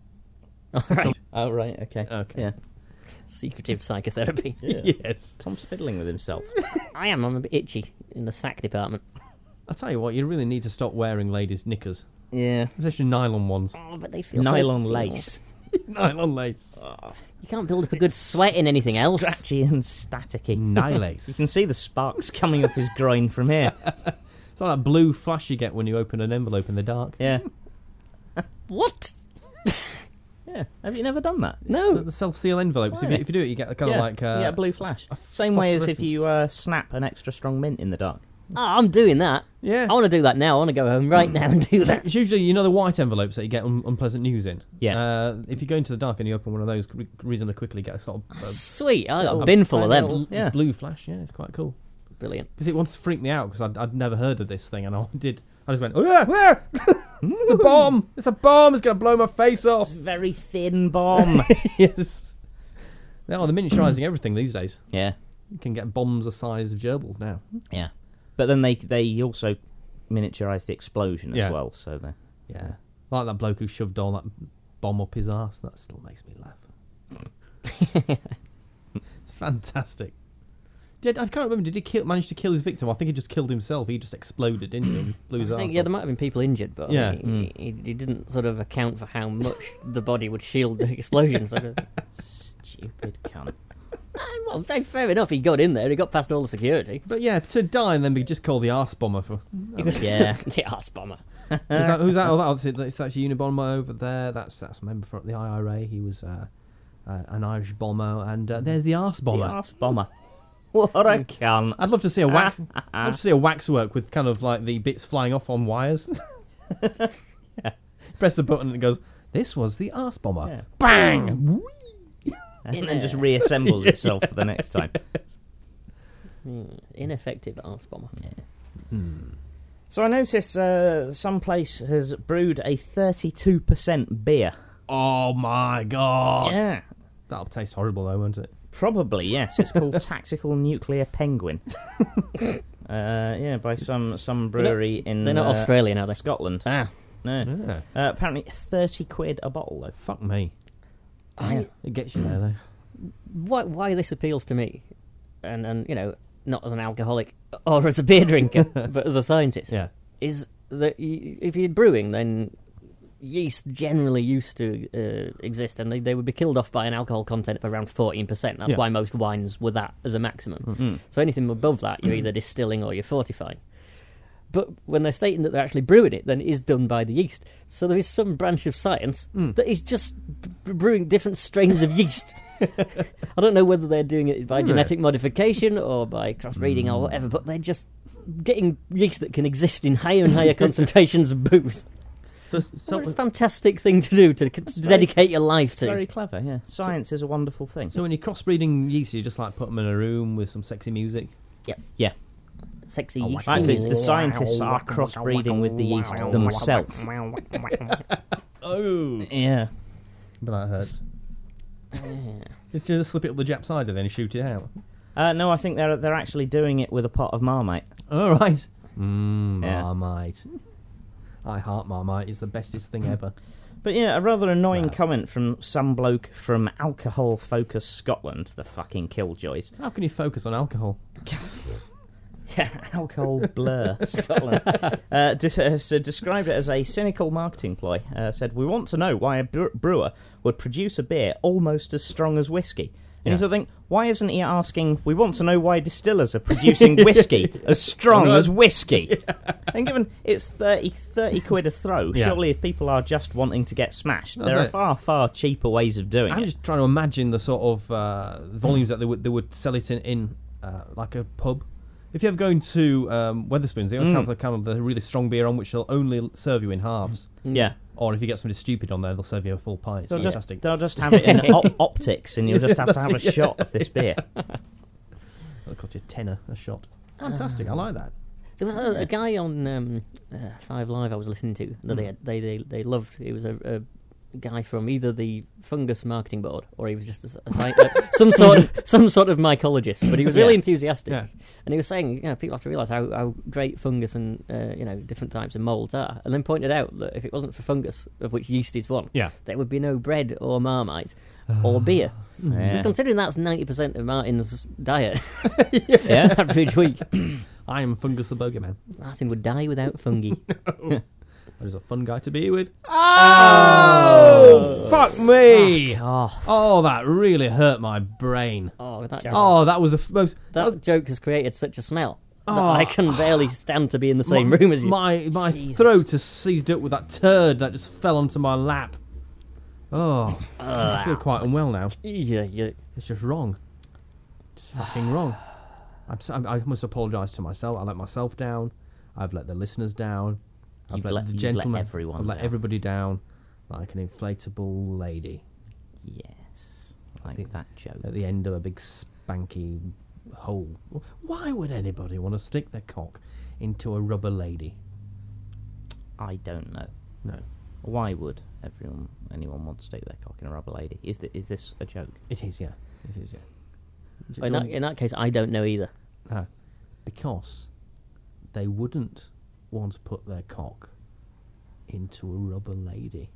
Speaker 2: Oh right. Okay.
Speaker 1: Okay.
Speaker 2: Yeah.
Speaker 3: Secretive psychotherapy.
Speaker 1: yes.
Speaker 2: Tom's fiddling with himself.
Speaker 3: I am. I'm a bit itchy in the sack department.
Speaker 1: I'll tell you what, you really need to stop wearing ladies' knickers,
Speaker 2: yeah.
Speaker 1: especially nylon ones.
Speaker 3: Oh, but they feel so
Speaker 2: Nylon
Speaker 3: cool.
Speaker 2: lace.
Speaker 1: nylon lace.
Speaker 3: "Oh, You can't build up a good sweat in anything else.
Speaker 2: Scratchy and staticky.
Speaker 1: Nylace.
Speaker 2: Mm. You can see the sparks coming up his groin from here.
Speaker 1: It's like that blue flash you get when you open an envelope in the dark.
Speaker 2: Yeah.
Speaker 3: What?
Speaker 2: Yeah. Have you never done that?
Speaker 1: The-
Speaker 3: No.
Speaker 1: The self seal envelopes. If you,
Speaker 2: Right.
Speaker 1: if you do it, you get a kind
Speaker 2: yeah.
Speaker 1: of like uh,
Speaker 2: you get a blue flash.
Speaker 1: a
Speaker 2: Same way as if
Speaker 1: phosphorescent-
Speaker 2: you uh, snap an extra strong mint in the dark.
Speaker 3: Oh, I'm doing that.
Speaker 1: Yeah.
Speaker 3: I want to do that now. I want to go home right now and do that.
Speaker 1: It's usually you know the white envelopes that you get un- unpleasant news in.
Speaker 2: Yeah.
Speaker 1: Uh, if you go into the dark and you open one of those, re- reasonably quickly get a sort of uh,
Speaker 3: Sweet. I got
Speaker 1: Oh,
Speaker 3: a bin full of
Speaker 1: tiny
Speaker 3: them.
Speaker 1: little
Speaker 2: Yeah.
Speaker 1: blue flash. Yeah, it's quite cool.
Speaker 3: Brilliant.
Speaker 1: Because it once freaked me out because I'd, I'd never heard of this thing and I did. I just went, oh, yeah, yeah. it's a bomb! It's a bomb! It's gonna blow my face off!
Speaker 2: It's a very thin bomb.
Speaker 1: yes. Now they're miniaturizing everything these days.
Speaker 2: yeah.
Speaker 1: You can get bombs the size of gerbils now.
Speaker 2: Yeah. But then they they also miniaturise the explosion as
Speaker 1: Yeah.
Speaker 2: well. So they
Speaker 1: Yeah. Like that bloke who shoved all that bomb up his arse. That still makes me laugh. it's fantastic. Did I can't remember. Did he kill, manage to kill his victim? I think he just killed himself. He just exploded, didn't he? Blew
Speaker 3: I
Speaker 1: his
Speaker 3: think,
Speaker 1: arse
Speaker 3: yeah,
Speaker 1: off.
Speaker 3: there might have been people injured, but
Speaker 1: Yeah.
Speaker 3: yeah. he,
Speaker 2: hmm.
Speaker 3: he, he didn't sort of account for how much the body would shield the explosions. So,
Speaker 2: stupid cunt.
Speaker 3: I- well, hey, fair enough. He got in there. He got past all the security.
Speaker 1: But yeah, to die and then be just called the arse bomber for.
Speaker 3: He was-
Speaker 2: Oh, yeah.
Speaker 3: the arse bomber.
Speaker 1: Is that, who's
Speaker 3: uh,
Speaker 1: that? Oh, that's, it, that's, that's Unabomber over there. That's that's a member from the IRA. He was uh, uh, an Irish bomber, and uh, there's the arse
Speaker 2: The
Speaker 1: bomber.
Speaker 2: arse bomber. What a cunt.
Speaker 1: I'd love to see a wax. I'd love to see a waxwork with kind of like the bits flying off on wires. Press the button and it goes. This was the arse bomber.
Speaker 2: Yeah.
Speaker 1: Bang!
Speaker 2: And then just reassembles itself for the next time.
Speaker 3: Ineffective arse bomber.
Speaker 2: So I notice uh, some place has brewed a 32% beer.
Speaker 1: Oh my god!
Speaker 2: Yeah.
Speaker 1: That'll taste horrible though, won't it?
Speaker 2: Probably, yes. It's called Tactical Nuclear Penguin. uh, yeah, by some, some brewery in
Speaker 3: They're not
Speaker 2: uh,
Speaker 3: Australian, are they?
Speaker 2: Scotland.
Speaker 3: Ah,
Speaker 2: No.
Speaker 1: Yeah.
Speaker 2: Uh, apparently, 30 quid a bottle, though.
Speaker 1: Fuck me.
Speaker 3: I-
Speaker 1: It gets you there though.
Speaker 3: why, why this appeals to me, and and you know, not as an alcoholic or as a beer drinker, but as a scientist,
Speaker 1: Yeah.
Speaker 3: is that y if you're brewing, then yeast generally used to uh, exist, and they, they would be killed off by an alcohol content of around fourteen percent. That's
Speaker 1: Yeah. Hmm.
Speaker 3: why most wines were that as a maximum. So anything above that, you're either distilling or you're fortifying. But when they're stating that they're actually brewing it, then it is done by the yeast.
Speaker 1: Hmm.
Speaker 3: So there is some branch of science that is just b- brewing different strains of yeast I don't know whether they're doing it by genetic modification or by crossbreeding or whatever, but they're just getting yeast that can exist in higher and higher concentrations of booze.
Speaker 1: So, so,
Speaker 3: what a fantastic thing to do to, to dedicate your life
Speaker 2: It's
Speaker 3: to.
Speaker 2: very clever, yeah. Science is a wonderful thing.
Speaker 1: so when you're crossbreeding yeast, you just like put them in a room with some sexy music.
Speaker 2: yeah.
Speaker 3: Sexy yeast.
Speaker 2: Actually, the
Speaker 3: music.
Speaker 2: scientists are crossbreeding with the yeast themselves.
Speaker 1: Oh,
Speaker 2: Yeah.
Speaker 1: but that hurts. Just just slip it up the Jap cider then and shoot it out.
Speaker 2: Uh, no, I think they're they're actually doing it with a pot of marmite.
Speaker 1: All right. Mm,
Speaker 2: Yeah.
Speaker 1: Marmite. I heart Marmite. It's the bestest thing ever.
Speaker 2: But yeah, a rather annoying comment from some bloke from Alcohol Focus Scotland, the fucking killjoys.
Speaker 1: How can you focus on alcohol?
Speaker 2: Yeah, alcohol blur Scotland. Uh, dis- uh, so described it as a cynical marketing ploy. Uh, said we want to know why a bre- brewer would produce a beer almost as strong as whiskey. And he's
Speaker 1: Yeah.
Speaker 2: I think, why isn't he asking? We want to know why distillers are producing whiskey as strong as whiskey. And given it's 30, 30 quid a throw,
Speaker 1: Yeah.
Speaker 2: surely if people are just wanting to get smashed,
Speaker 1: That's
Speaker 2: there are
Speaker 1: it.
Speaker 2: far far cheaper ways of doing
Speaker 1: I'm
Speaker 2: it.
Speaker 1: just trying to imagine the sort of uh, volumes that they would they would sell it in, in uh, like a pub. If you ever go into um, Weatherspoons, they
Speaker 2: Mm.
Speaker 1: always have the kind of the really strong beer on, which they'll only serve you in halves.
Speaker 2: yeah.
Speaker 1: Or if you get somebody stupid on there, they'll serve you a full pint. It's
Speaker 2: They'll just,
Speaker 1: fantastic.
Speaker 2: they'll just have it in op- optics, and you'll just have to have a
Speaker 1: That's it, yeah.
Speaker 2: shot of this beer.
Speaker 1: They'll cost you a tenner a shot.
Speaker 2: Ah.
Speaker 1: Fantastic. I like that.
Speaker 3: There was a, a guy on um, uh, Five Live I was listening to that
Speaker 1: Hmm.
Speaker 3: they, they they they loved. It was a, a guy from either the fungus marketing board or he was just a, s- a sci- uh, some sort of, some sort of mycologist, but he was really enthusiastic.
Speaker 1: Yeah.
Speaker 3: And he was saying, you know, people have to realise how, how great fungus and uh, you know different types of moulds are, and then pointed out that if it wasn't for fungus, of which yeast is one,
Speaker 1: Yeah. Ah.
Speaker 3: there would be no bread or marmite or beer.
Speaker 1: Hmm.
Speaker 2: Yeah.
Speaker 3: Considering that's ninety percent of Martin's diet
Speaker 2: Yeah.
Speaker 3: average week,
Speaker 1: I am Fungus the Bogeyman.
Speaker 3: Martin would die without fungi.
Speaker 1: That is a fun guy to be with. Oh, fuck me!
Speaker 3: Oh,
Speaker 1: Oh, that really hurt my brain.
Speaker 3: oh, that, just-
Speaker 1: Oh, that was a f- most.
Speaker 3: that
Speaker 1: was-
Speaker 3: joke has created such a smell that
Speaker 1: Oh.
Speaker 3: I can barely stand to be in the same room as you.
Speaker 1: My my
Speaker 3: Jesus.
Speaker 1: throat is seized up with that turd that just fell onto my lap. Oh, I feel quite unwell now.
Speaker 3: yeah, yeah.
Speaker 1: It's just wrong. It's fucking wrong. I'm so, I must apologise to myself. I let myself down. I've let the listeners down. I've
Speaker 2: You've let-
Speaker 1: the
Speaker 2: you've let
Speaker 1: gentleman.
Speaker 2: everyone
Speaker 1: I've let
Speaker 2: down.
Speaker 1: everybody down, like an inflatable lady
Speaker 2: Yes, like
Speaker 1: think-
Speaker 2: that joke.
Speaker 1: at the end of a big spanky hole. Why would anybody want to stick their cock into a rubber lady?
Speaker 2: I don't know.
Speaker 1: No,
Speaker 2: Why would everyone, anyone, want to stick their cock in a rubber lady? Is th- is this a joke?
Speaker 1: it is. Yeah, it is. Yeah. Is it
Speaker 3: In that,
Speaker 1: done?
Speaker 3: in that case, I don't know either.
Speaker 1: No, because they wouldn't want to put their cock into a rubber lady.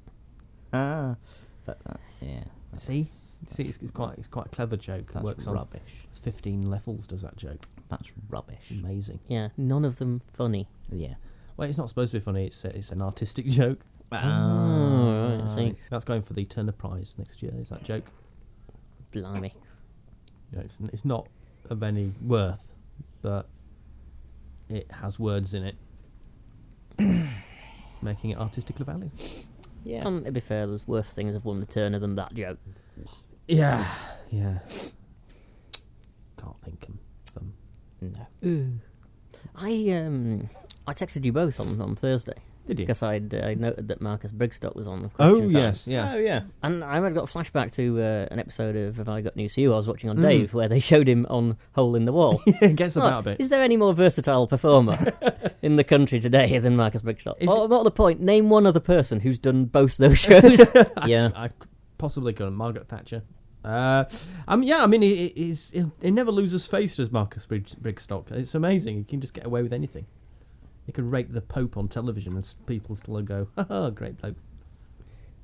Speaker 2: Ah, but that, yeah, that's,
Speaker 1: See, see, it's, it's quite it's quite a clever joke. It
Speaker 2: that's
Speaker 1: works on
Speaker 2: rubbish.
Speaker 1: it's fifteen levels. Does that joke?
Speaker 2: That's rubbish.
Speaker 3: Mm.
Speaker 1: Amazing.
Speaker 3: Yeah, none of them funny.
Speaker 2: Yeah.
Speaker 1: Well, it's not supposed to be funny. It's a, it's an artistic joke. Ah,
Speaker 3: Oh, right, see.
Speaker 1: That's going for the Turner Prize next year. Is that joke?
Speaker 3: Blimey.
Speaker 1: You know, it's it's not of any worth, but it has words in it, making it artistically valuable.
Speaker 2: yeah.
Speaker 3: Um, to be fair, there's worse things have won the Turner than that joke.
Speaker 1: Yeah, yeah. Can't think of them.
Speaker 2: no.
Speaker 3: I um, I texted you both on, on Thursday
Speaker 1: Did you?
Speaker 3: because I'd uh, I noted that Marcus Brigstock was on.
Speaker 1: Oh
Speaker 3: Question Time.
Speaker 1: yes, yeah.
Speaker 2: Oh yeah.
Speaker 3: And I had got a flashback to uh, an episode of Have I Got News for You I was watching on
Speaker 1: Hmm.
Speaker 3: Dave where they showed him on Hole in the Wall.
Speaker 1: It gets
Speaker 3: Look,
Speaker 1: Oh, about a bit.
Speaker 3: Oh, Is there any more versatile performer in the country today than Marcus Brigstock?
Speaker 1: Is
Speaker 3: Or, more to the point, name one other person who's done both those shows.
Speaker 2: Yeah.
Speaker 1: I c- possibly could Margaret Thatcher. Uh, I mean, yeah. I mean, he, he- he's he, he never loses face, does Marcus Brig- Brigstock? It's amazing. He can just get away with anything. He could rape the Pope on television, and s- people still go, "Ha ha, great bloke."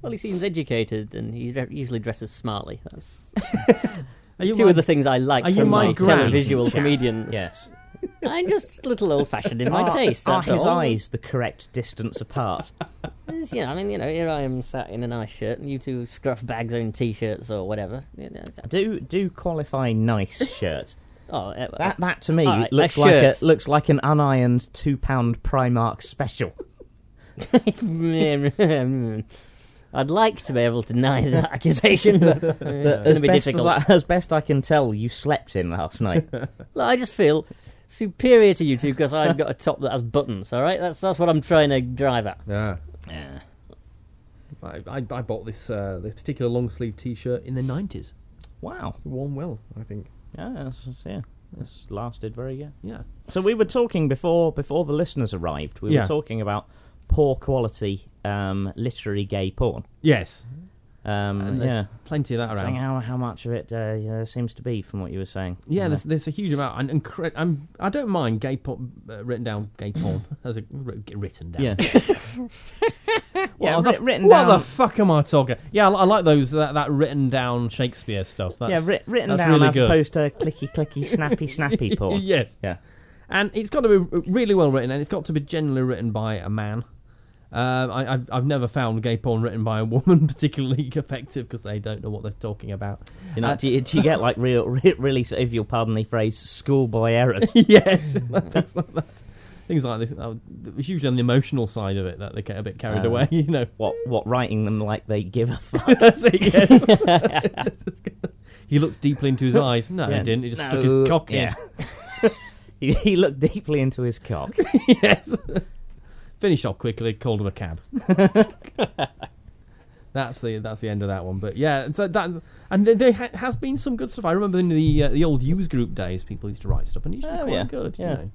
Speaker 3: well, he seems educated and he re- usually dresses smartly. That's
Speaker 1: Are you
Speaker 3: two
Speaker 1: my-
Speaker 3: of the things I like
Speaker 1: are you
Speaker 3: from
Speaker 1: my
Speaker 3: my
Speaker 1: grand?
Speaker 3: televisual comedians.
Speaker 2: Yes.
Speaker 3: I'm just a little old-fashioned in my
Speaker 1: Ah,
Speaker 2: Are-
Speaker 3: taste.
Speaker 2: Are
Speaker 3: That's
Speaker 2: his
Speaker 3: all.
Speaker 2: eyes the correct distance apart?
Speaker 3: It's, You know, I mean, you know, here I am sat in a nice shirt, and you two scruff bags own t-shirts or whatever. You know, it's-
Speaker 2: do do qualify nice shirt.
Speaker 3: Oh, uh,
Speaker 2: That that to me
Speaker 3: All right,
Speaker 2: looks
Speaker 3: a
Speaker 2: like
Speaker 3: shirt.
Speaker 2: a, looks like an unironed two pound Primark special.
Speaker 3: Mm, I'd like to be able to deny that accusation, but uh, it's going
Speaker 2: as,
Speaker 3: to be
Speaker 2: best
Speaker 3: difficult.
Speaker 2: As, I, as best I can tell, you slept in last night.
Speaker 3: Look, I just feel superior to you two because I've got a top that has buttons. All right, that's that's what I'm trying to drive at.
Speaker 1: Yeah.
Speaker 2: yeah.
Speaker 1: I, I, I bought this uh, this particular long sleeve t shirt in the 90s.
Speaker 2: Wow.
Speaker 1: Worn well, I think.
Speaker 2: Yeah, that's, that's- yeah. This lasted very good.
Speaker 1: Yeah.
Speaker 2: So we were talking before before the listeners arrived. We
Speaker 1: Yeah.
Speaker 2: were talking about poor quality um, literary gay porn.
Speaker 1: Yes.
Speaker 2: Um,
Speaker 1: And there's
Speaker 2: yeah.
Speaker 1: plenty of that
Speaker 2: Saying
Speaker 1: around.
Speaker 2: how how much of it uh, yeah, seems to be from what you were saying.
Speaker 1: Yeah, there's, there's a huge amount, and, and cre- I'm, I don't mind gay porn, uh, written down gay porn as a wri- written down.
Speaker 2: Mm. yeah.
Speaker 1: What
Speaker 2: Yeah,
Speaker 1: the,
Speaker 2: wri-
Speaker 1: f-
Speaker 2: written
Speaker 1: what
Speaker 2: down-
Speaker 1: the fuck am I talking? Yeah, I, I like those that, that written down Shakespeare stuff. That's,
Speaker 2: yeah, writ- written
Speaker 1: that's
Speaker 2: down
Speaker 1: really
Speaker 2: as
Speaker 1: good.
Speaker 2: opposed to clicky clicky snappy snappy porn.
Speaker 1: yes,
Speaker 2: Yeah.
Speaker 1: and it's got to be really well written, and it's got to be generally written by a man. Um, I, I've I've never found gay porn written by a woman particularly effective because they don't know what they're talking about.
Speaker 2: Do you, know, do, you, do you get like real, re- really, sort of, if you'll pardon the phrase, schoolboy errors?
Speaker 1: yes, things like that. Things like this. uh, It was usually on the emotional side of it that they get a bit carried
Speaker 2: Ah.
Speaker 1: away, you know.
Speaker 2: what what writing them like they give a fuck?
Speaker 1: That's it, yes. he looked deeply into his eyes. No,
Speaker 2: Yeah.
Speaker 1: he didn't. He just
Speaker 2: No.
Speaker 1: stuck his cock
Speaker 2: Yeah. he, he looked deeply into his cock.
Speaker 1: in. yes. Finished off quickly, called him a cab. that's the that's the end of that one. But yeah, so that and there, there ha- has been some good stuff. I remember in the uh, the old use group days, people used to write stuff, and it used to be
Speaker 2: Oh,
Speaker 1: quite
Speaker 2: yeah.
Speaker 1: good.
Speaker 2: Yeah.
Speaker 1: You, know.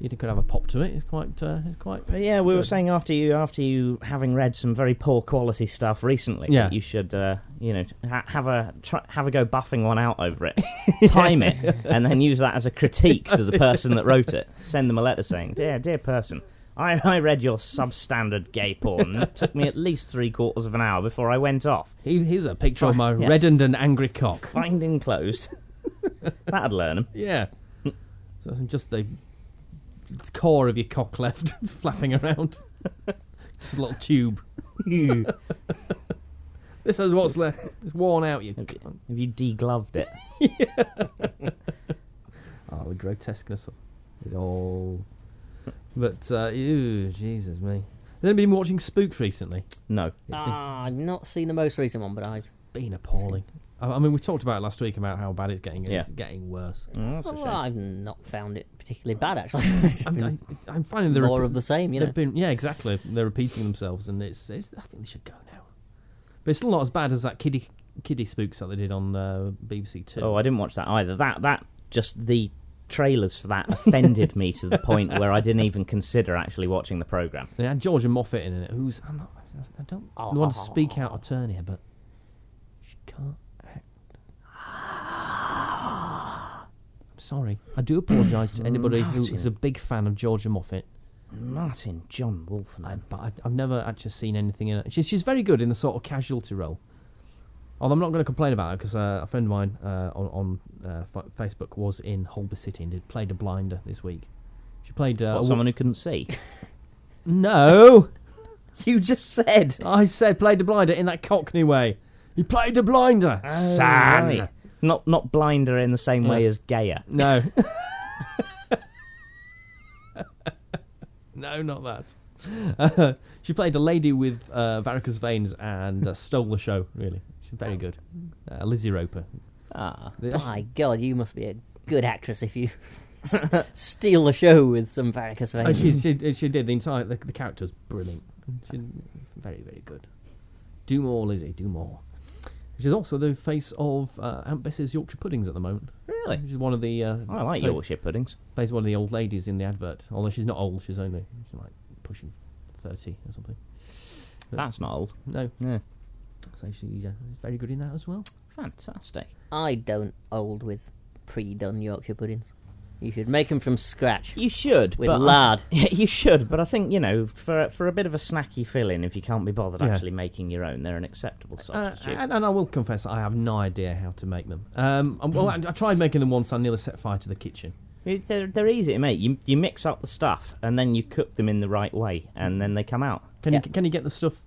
Speaker 1: you could have a pop to it. It's quite uh, it's quite.
Speaker 2: But yeah, we were
Speaker 1: Good.
Speaker 2: saying after you after you having read some very poor quality stuff recently,
Speaker 1: Yeah.
Speaker 2: that you should uh, you know ha- have a try, have a go buffing one out over it, time it, and then use that as a critique to the person that wrote it. Send them a letter saying, "Dear dear person." I, I read your substandard gay porn. It took me at least three quarters of an hour before I went off.
Speaker 1: Here- Here's a picture of my
Speaker 2: Yes.
Speaker 1: reddened and angry cock.
Speaker 2: Find enclosed. That'd learn 'em.
Speaker 1: Yeah. so that's just the core of your cock left flapping around. just a little tube. This is what's left. It's worn out. You.
Speaker 2: Have you, have you degloved it?
Speaker 1: Oh, the grotesqueness of it all. But uh, ew, Jesus me. Has anybody been watching Spooks recently?
Speaker 2: No.
Speaker 1: It's been,
Speaker 3: Ah, I've not seen the most recent one, but I.
Speaker 1: been appalling. I I mean, we talked about it last week about how bad it's getting. and It's
Speaker 2: Yeah.
Speaker 1: getting worse.
Speaker 2: Oh, that's a
Speaker 3: Well,
Speaker 2: shame.
Speaker 3: I've not found it particularly bad actually. It's just
Speaker 1: I'm,
Speaker 3: been
Speaker 1: I, it's- I'm finding the
Speaker 3: more
Speaker 1: rep-
Speaker 3: of the same, you know.
Speaker 1: They've been, yeah, exactly. They're repeating themselves, and it's, it's. I think they should go now. But it's still not as bad as that kiddie kiddie spooks that they did on uh, BBC Two.
Speaker 2: Oh, I didn't watch that either. That that just the trailers for that offended me to the point where I didn't even consider actually watching the program.
Speaker 1: they had Georgia Moffat in it, who's I'm not. I don't
Speaker 2: Oh,
Speaker 1: want to speak out of turn here, but she can't act. I'm sorry. I do apologise to anybody who is a big fan of Georgia Moffat.
Speaker 2: Martin John Wolfman.
Speaker 1: I, but I've, I've never actually seen anything in it. She's, she's very good in the sort of casualty role. Although I'm not going to complain about her because uh, a friend of mine uh, on, on uh, fa- Facebook was in Holby City and did, played a blinder this week. She played uh, a
Speaker 2: What,
Speaker 1: wo-
Speaker 2: someone who couldn't see.
Speaker 1: No,
Speaker 2: you just said.
Speaker 1: I said played a blinder in that Cockney way. He played a blinder, son.
Speaker 2: Oh, Right. Not not blinder in the same way
Speaker 1: Yeah.
Speaker 2: as gayer.
Speaker 1: No. no, not that. she played a lady with uh, varicose veins and uh, stole the show, really. She's very good. Uh, Lizzie Roper.
Speaker 2: Ah,
Speaker 1: They actually-
Speaker 3: My God, you must be a good actress if you steal the show with some varicose
Speaker 1: oh,
Speaker 3: veins.
Speaker 1: she, she, she did the entire. The, the character was brilliant. She, very, very good. Do more, Lizzie, do more. She's also the face of uh, Aunt Bess's Yorkshire Puddings at the moment.
Speaker 2: really?
Speaker 1: She's one of the. Uh,
Speaker 2: I like
Speaker 1: play-
Speaker 2: Yorkshire puddings.
Speaker 1: plays one of the old ladies in the advert. Although she's not old, she's only she's like pushing thirty or something.
Speaker 2: That's not old.
Speaker 1: No,
Speaker 2: Yeah.
Speaker 1: so she's uh, very good in that as well.
Speaker 2: Fantastic.
Speaker 3: I don't old with pre-done Yorkshire puddings. You should make them from scratch.
Speaker 2: You should,
Speaker 3: With
Speaker 2: but uh, I-
Speaker 3: lard.
Speaker 2: Yeah, you should, but I think you know for for a bit of a snacky fill-in, if you can't be bothered
Speaker 1: Yeah.
Speaker 2: actually making your own, they're an acceptable
Speaker 3: Oh,
Speaker 1: Uh,
Speaker 2: substitute.
Speaker 1: and, and I will confess, I have no idea how to make them. Um, and- well, I,
Speaker 3: Mm.
Speaker 1: I tried making them once. I nearly set fire to the kitchen.
Speaker 2: It- They're, they're easy to make. You, you mix up the stuff and then you cook them in the right way and then they come out.
Speaker 1: Can
Speaker 3: Yeah.
Speaker 1: you can you get the stuff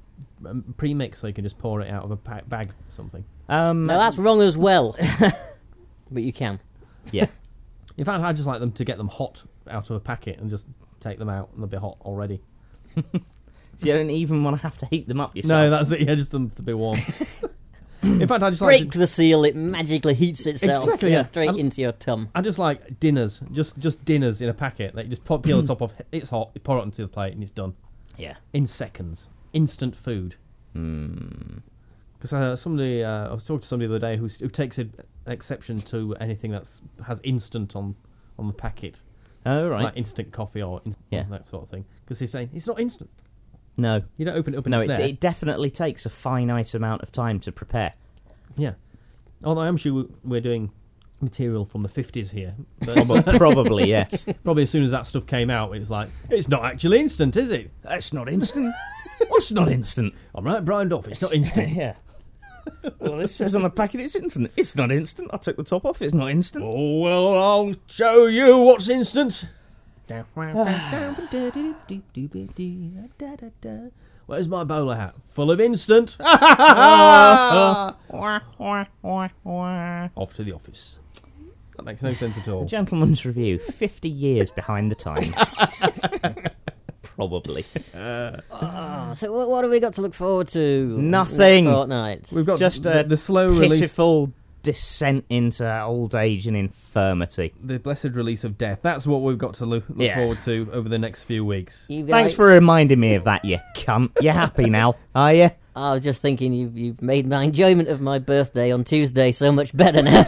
Speaker 1: um, pre-mixed so you can just pour it out of a pa- bag or something?
Speaker 2: Um,
Speaker 3: Now that's wrong as well, but you can.
Speaker 2: yeah.
Speaker 1: In fact, I just like them to get them hot out of a packet and just take them out and they'll be hot already.
Speaker 2: So you don't even want to have to heat them up yourself.
Speaker 1: No, that's it. Yeah, just them to be warm. In fact, I just like
Speaker 3: Break
Speaker 1: to,
Speaker 3: the seal, it magically heats itself
Speaker 1: Exactly, yeah.
Speaker 3: straight
Speaker 2: Um,
Speaker 1: And-
Speaker 3: into your tum.
Speaker 1: I just like dinners, just just dinners in a packet. Like you just pop,
Speaker 2: Mm.
Speaker 1: peel the top off. It's hot. You pour it onto the plate, and it's done
Speaker 2: Yeah.
Speaker 1: in seconds. Instant food.
Speaker 2: Hmm.
Speaker 1: Because uh, somebody, uh, I was talking to somebody the other day who who takes an exception to anything that's has instant on on the packet,
Speaker 2: Oh, right.
Speaker 1: like instant coffee or in-
Speaker 2: Yeah.
Speaker 1: that sort of thing. Because he's saying it's not instant.
Speaker 2: No.
Speaker 1: You don't open it up and
Speaker 2: No,
Speaker 1: it's
Speaker 2: it,
Speaker 1: there.
Speaker 2: it definitely takes a finite amount of time to prepare.
Speaker 1: Yeah. Although I'm sure we- we're doing material from the 50s here. But
Speaker 2: Probably, probably yes.
Speaker 1: probably as soon as that stuff came out, it was like, it's not actually instant, is it?
Speaker 2: That's not instant. What's not instant?
Speaker 1: I'm right, Brian Duff, it's not instant.
Speaker 2: yeah. Well, this says on the packet it's instant. It's not instant. I took the top off. It's not instant.
Speaker 1: oh, well, I'll show you what's instant. Where's my bowler hat? Full of instant. Off to the office. That makes no sense at all.
Speaker 2: Gentleman's Review, 50 years behind the times. Probably.
Speaker 3: Oh, so what, what have we got to look forward to?
Speaker 2: uh, Nothing.
Speaker 3: Next fortnight.
Speaker 1: We've got
Speaker 2: Just,
Speaker 1: just
Speaker 2: uh,
Speaker 1: the, the slow release,
Speaker 2: Pitiful descent into old age and infirmity.
Speaker 1: the blessed release of death. That's what we've got to loo- look,
Speaker 2: Yeah.
Speaker 1: forward to over the next few weeks.
Speaker 3: You
Speaker 2: Thanks
Speaker 3: guys-
Speaker 2: for reminding me of that, you cunt. You happy now, are you?
Speaker 3: I was just thinking you, you've made my enjoyment of my birthday on Tuesday so much better now.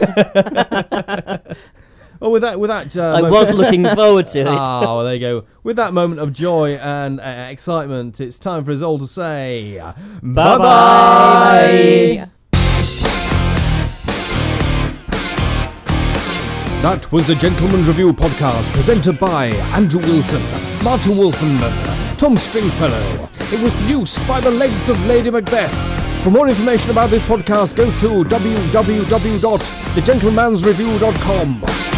Speaker 1: Oh, with that, with that, uh,
Speaker 3: I
Speaker 1: moment-
Speaker 3: was looking forward to it.
Speaker 1: Ah, well, there you go. With that moment of joy and uh, excitement, it's time for us all to say bye bye.
Speaker 6: That was the Gentleman Review podcast presented by Andrew Wilson, Martin Wolfenberger, Tom Stringfellow. It was produced by the Legs of Lady Macbeth. For more information about this podcast, go to www.thegentleman'sreview.com.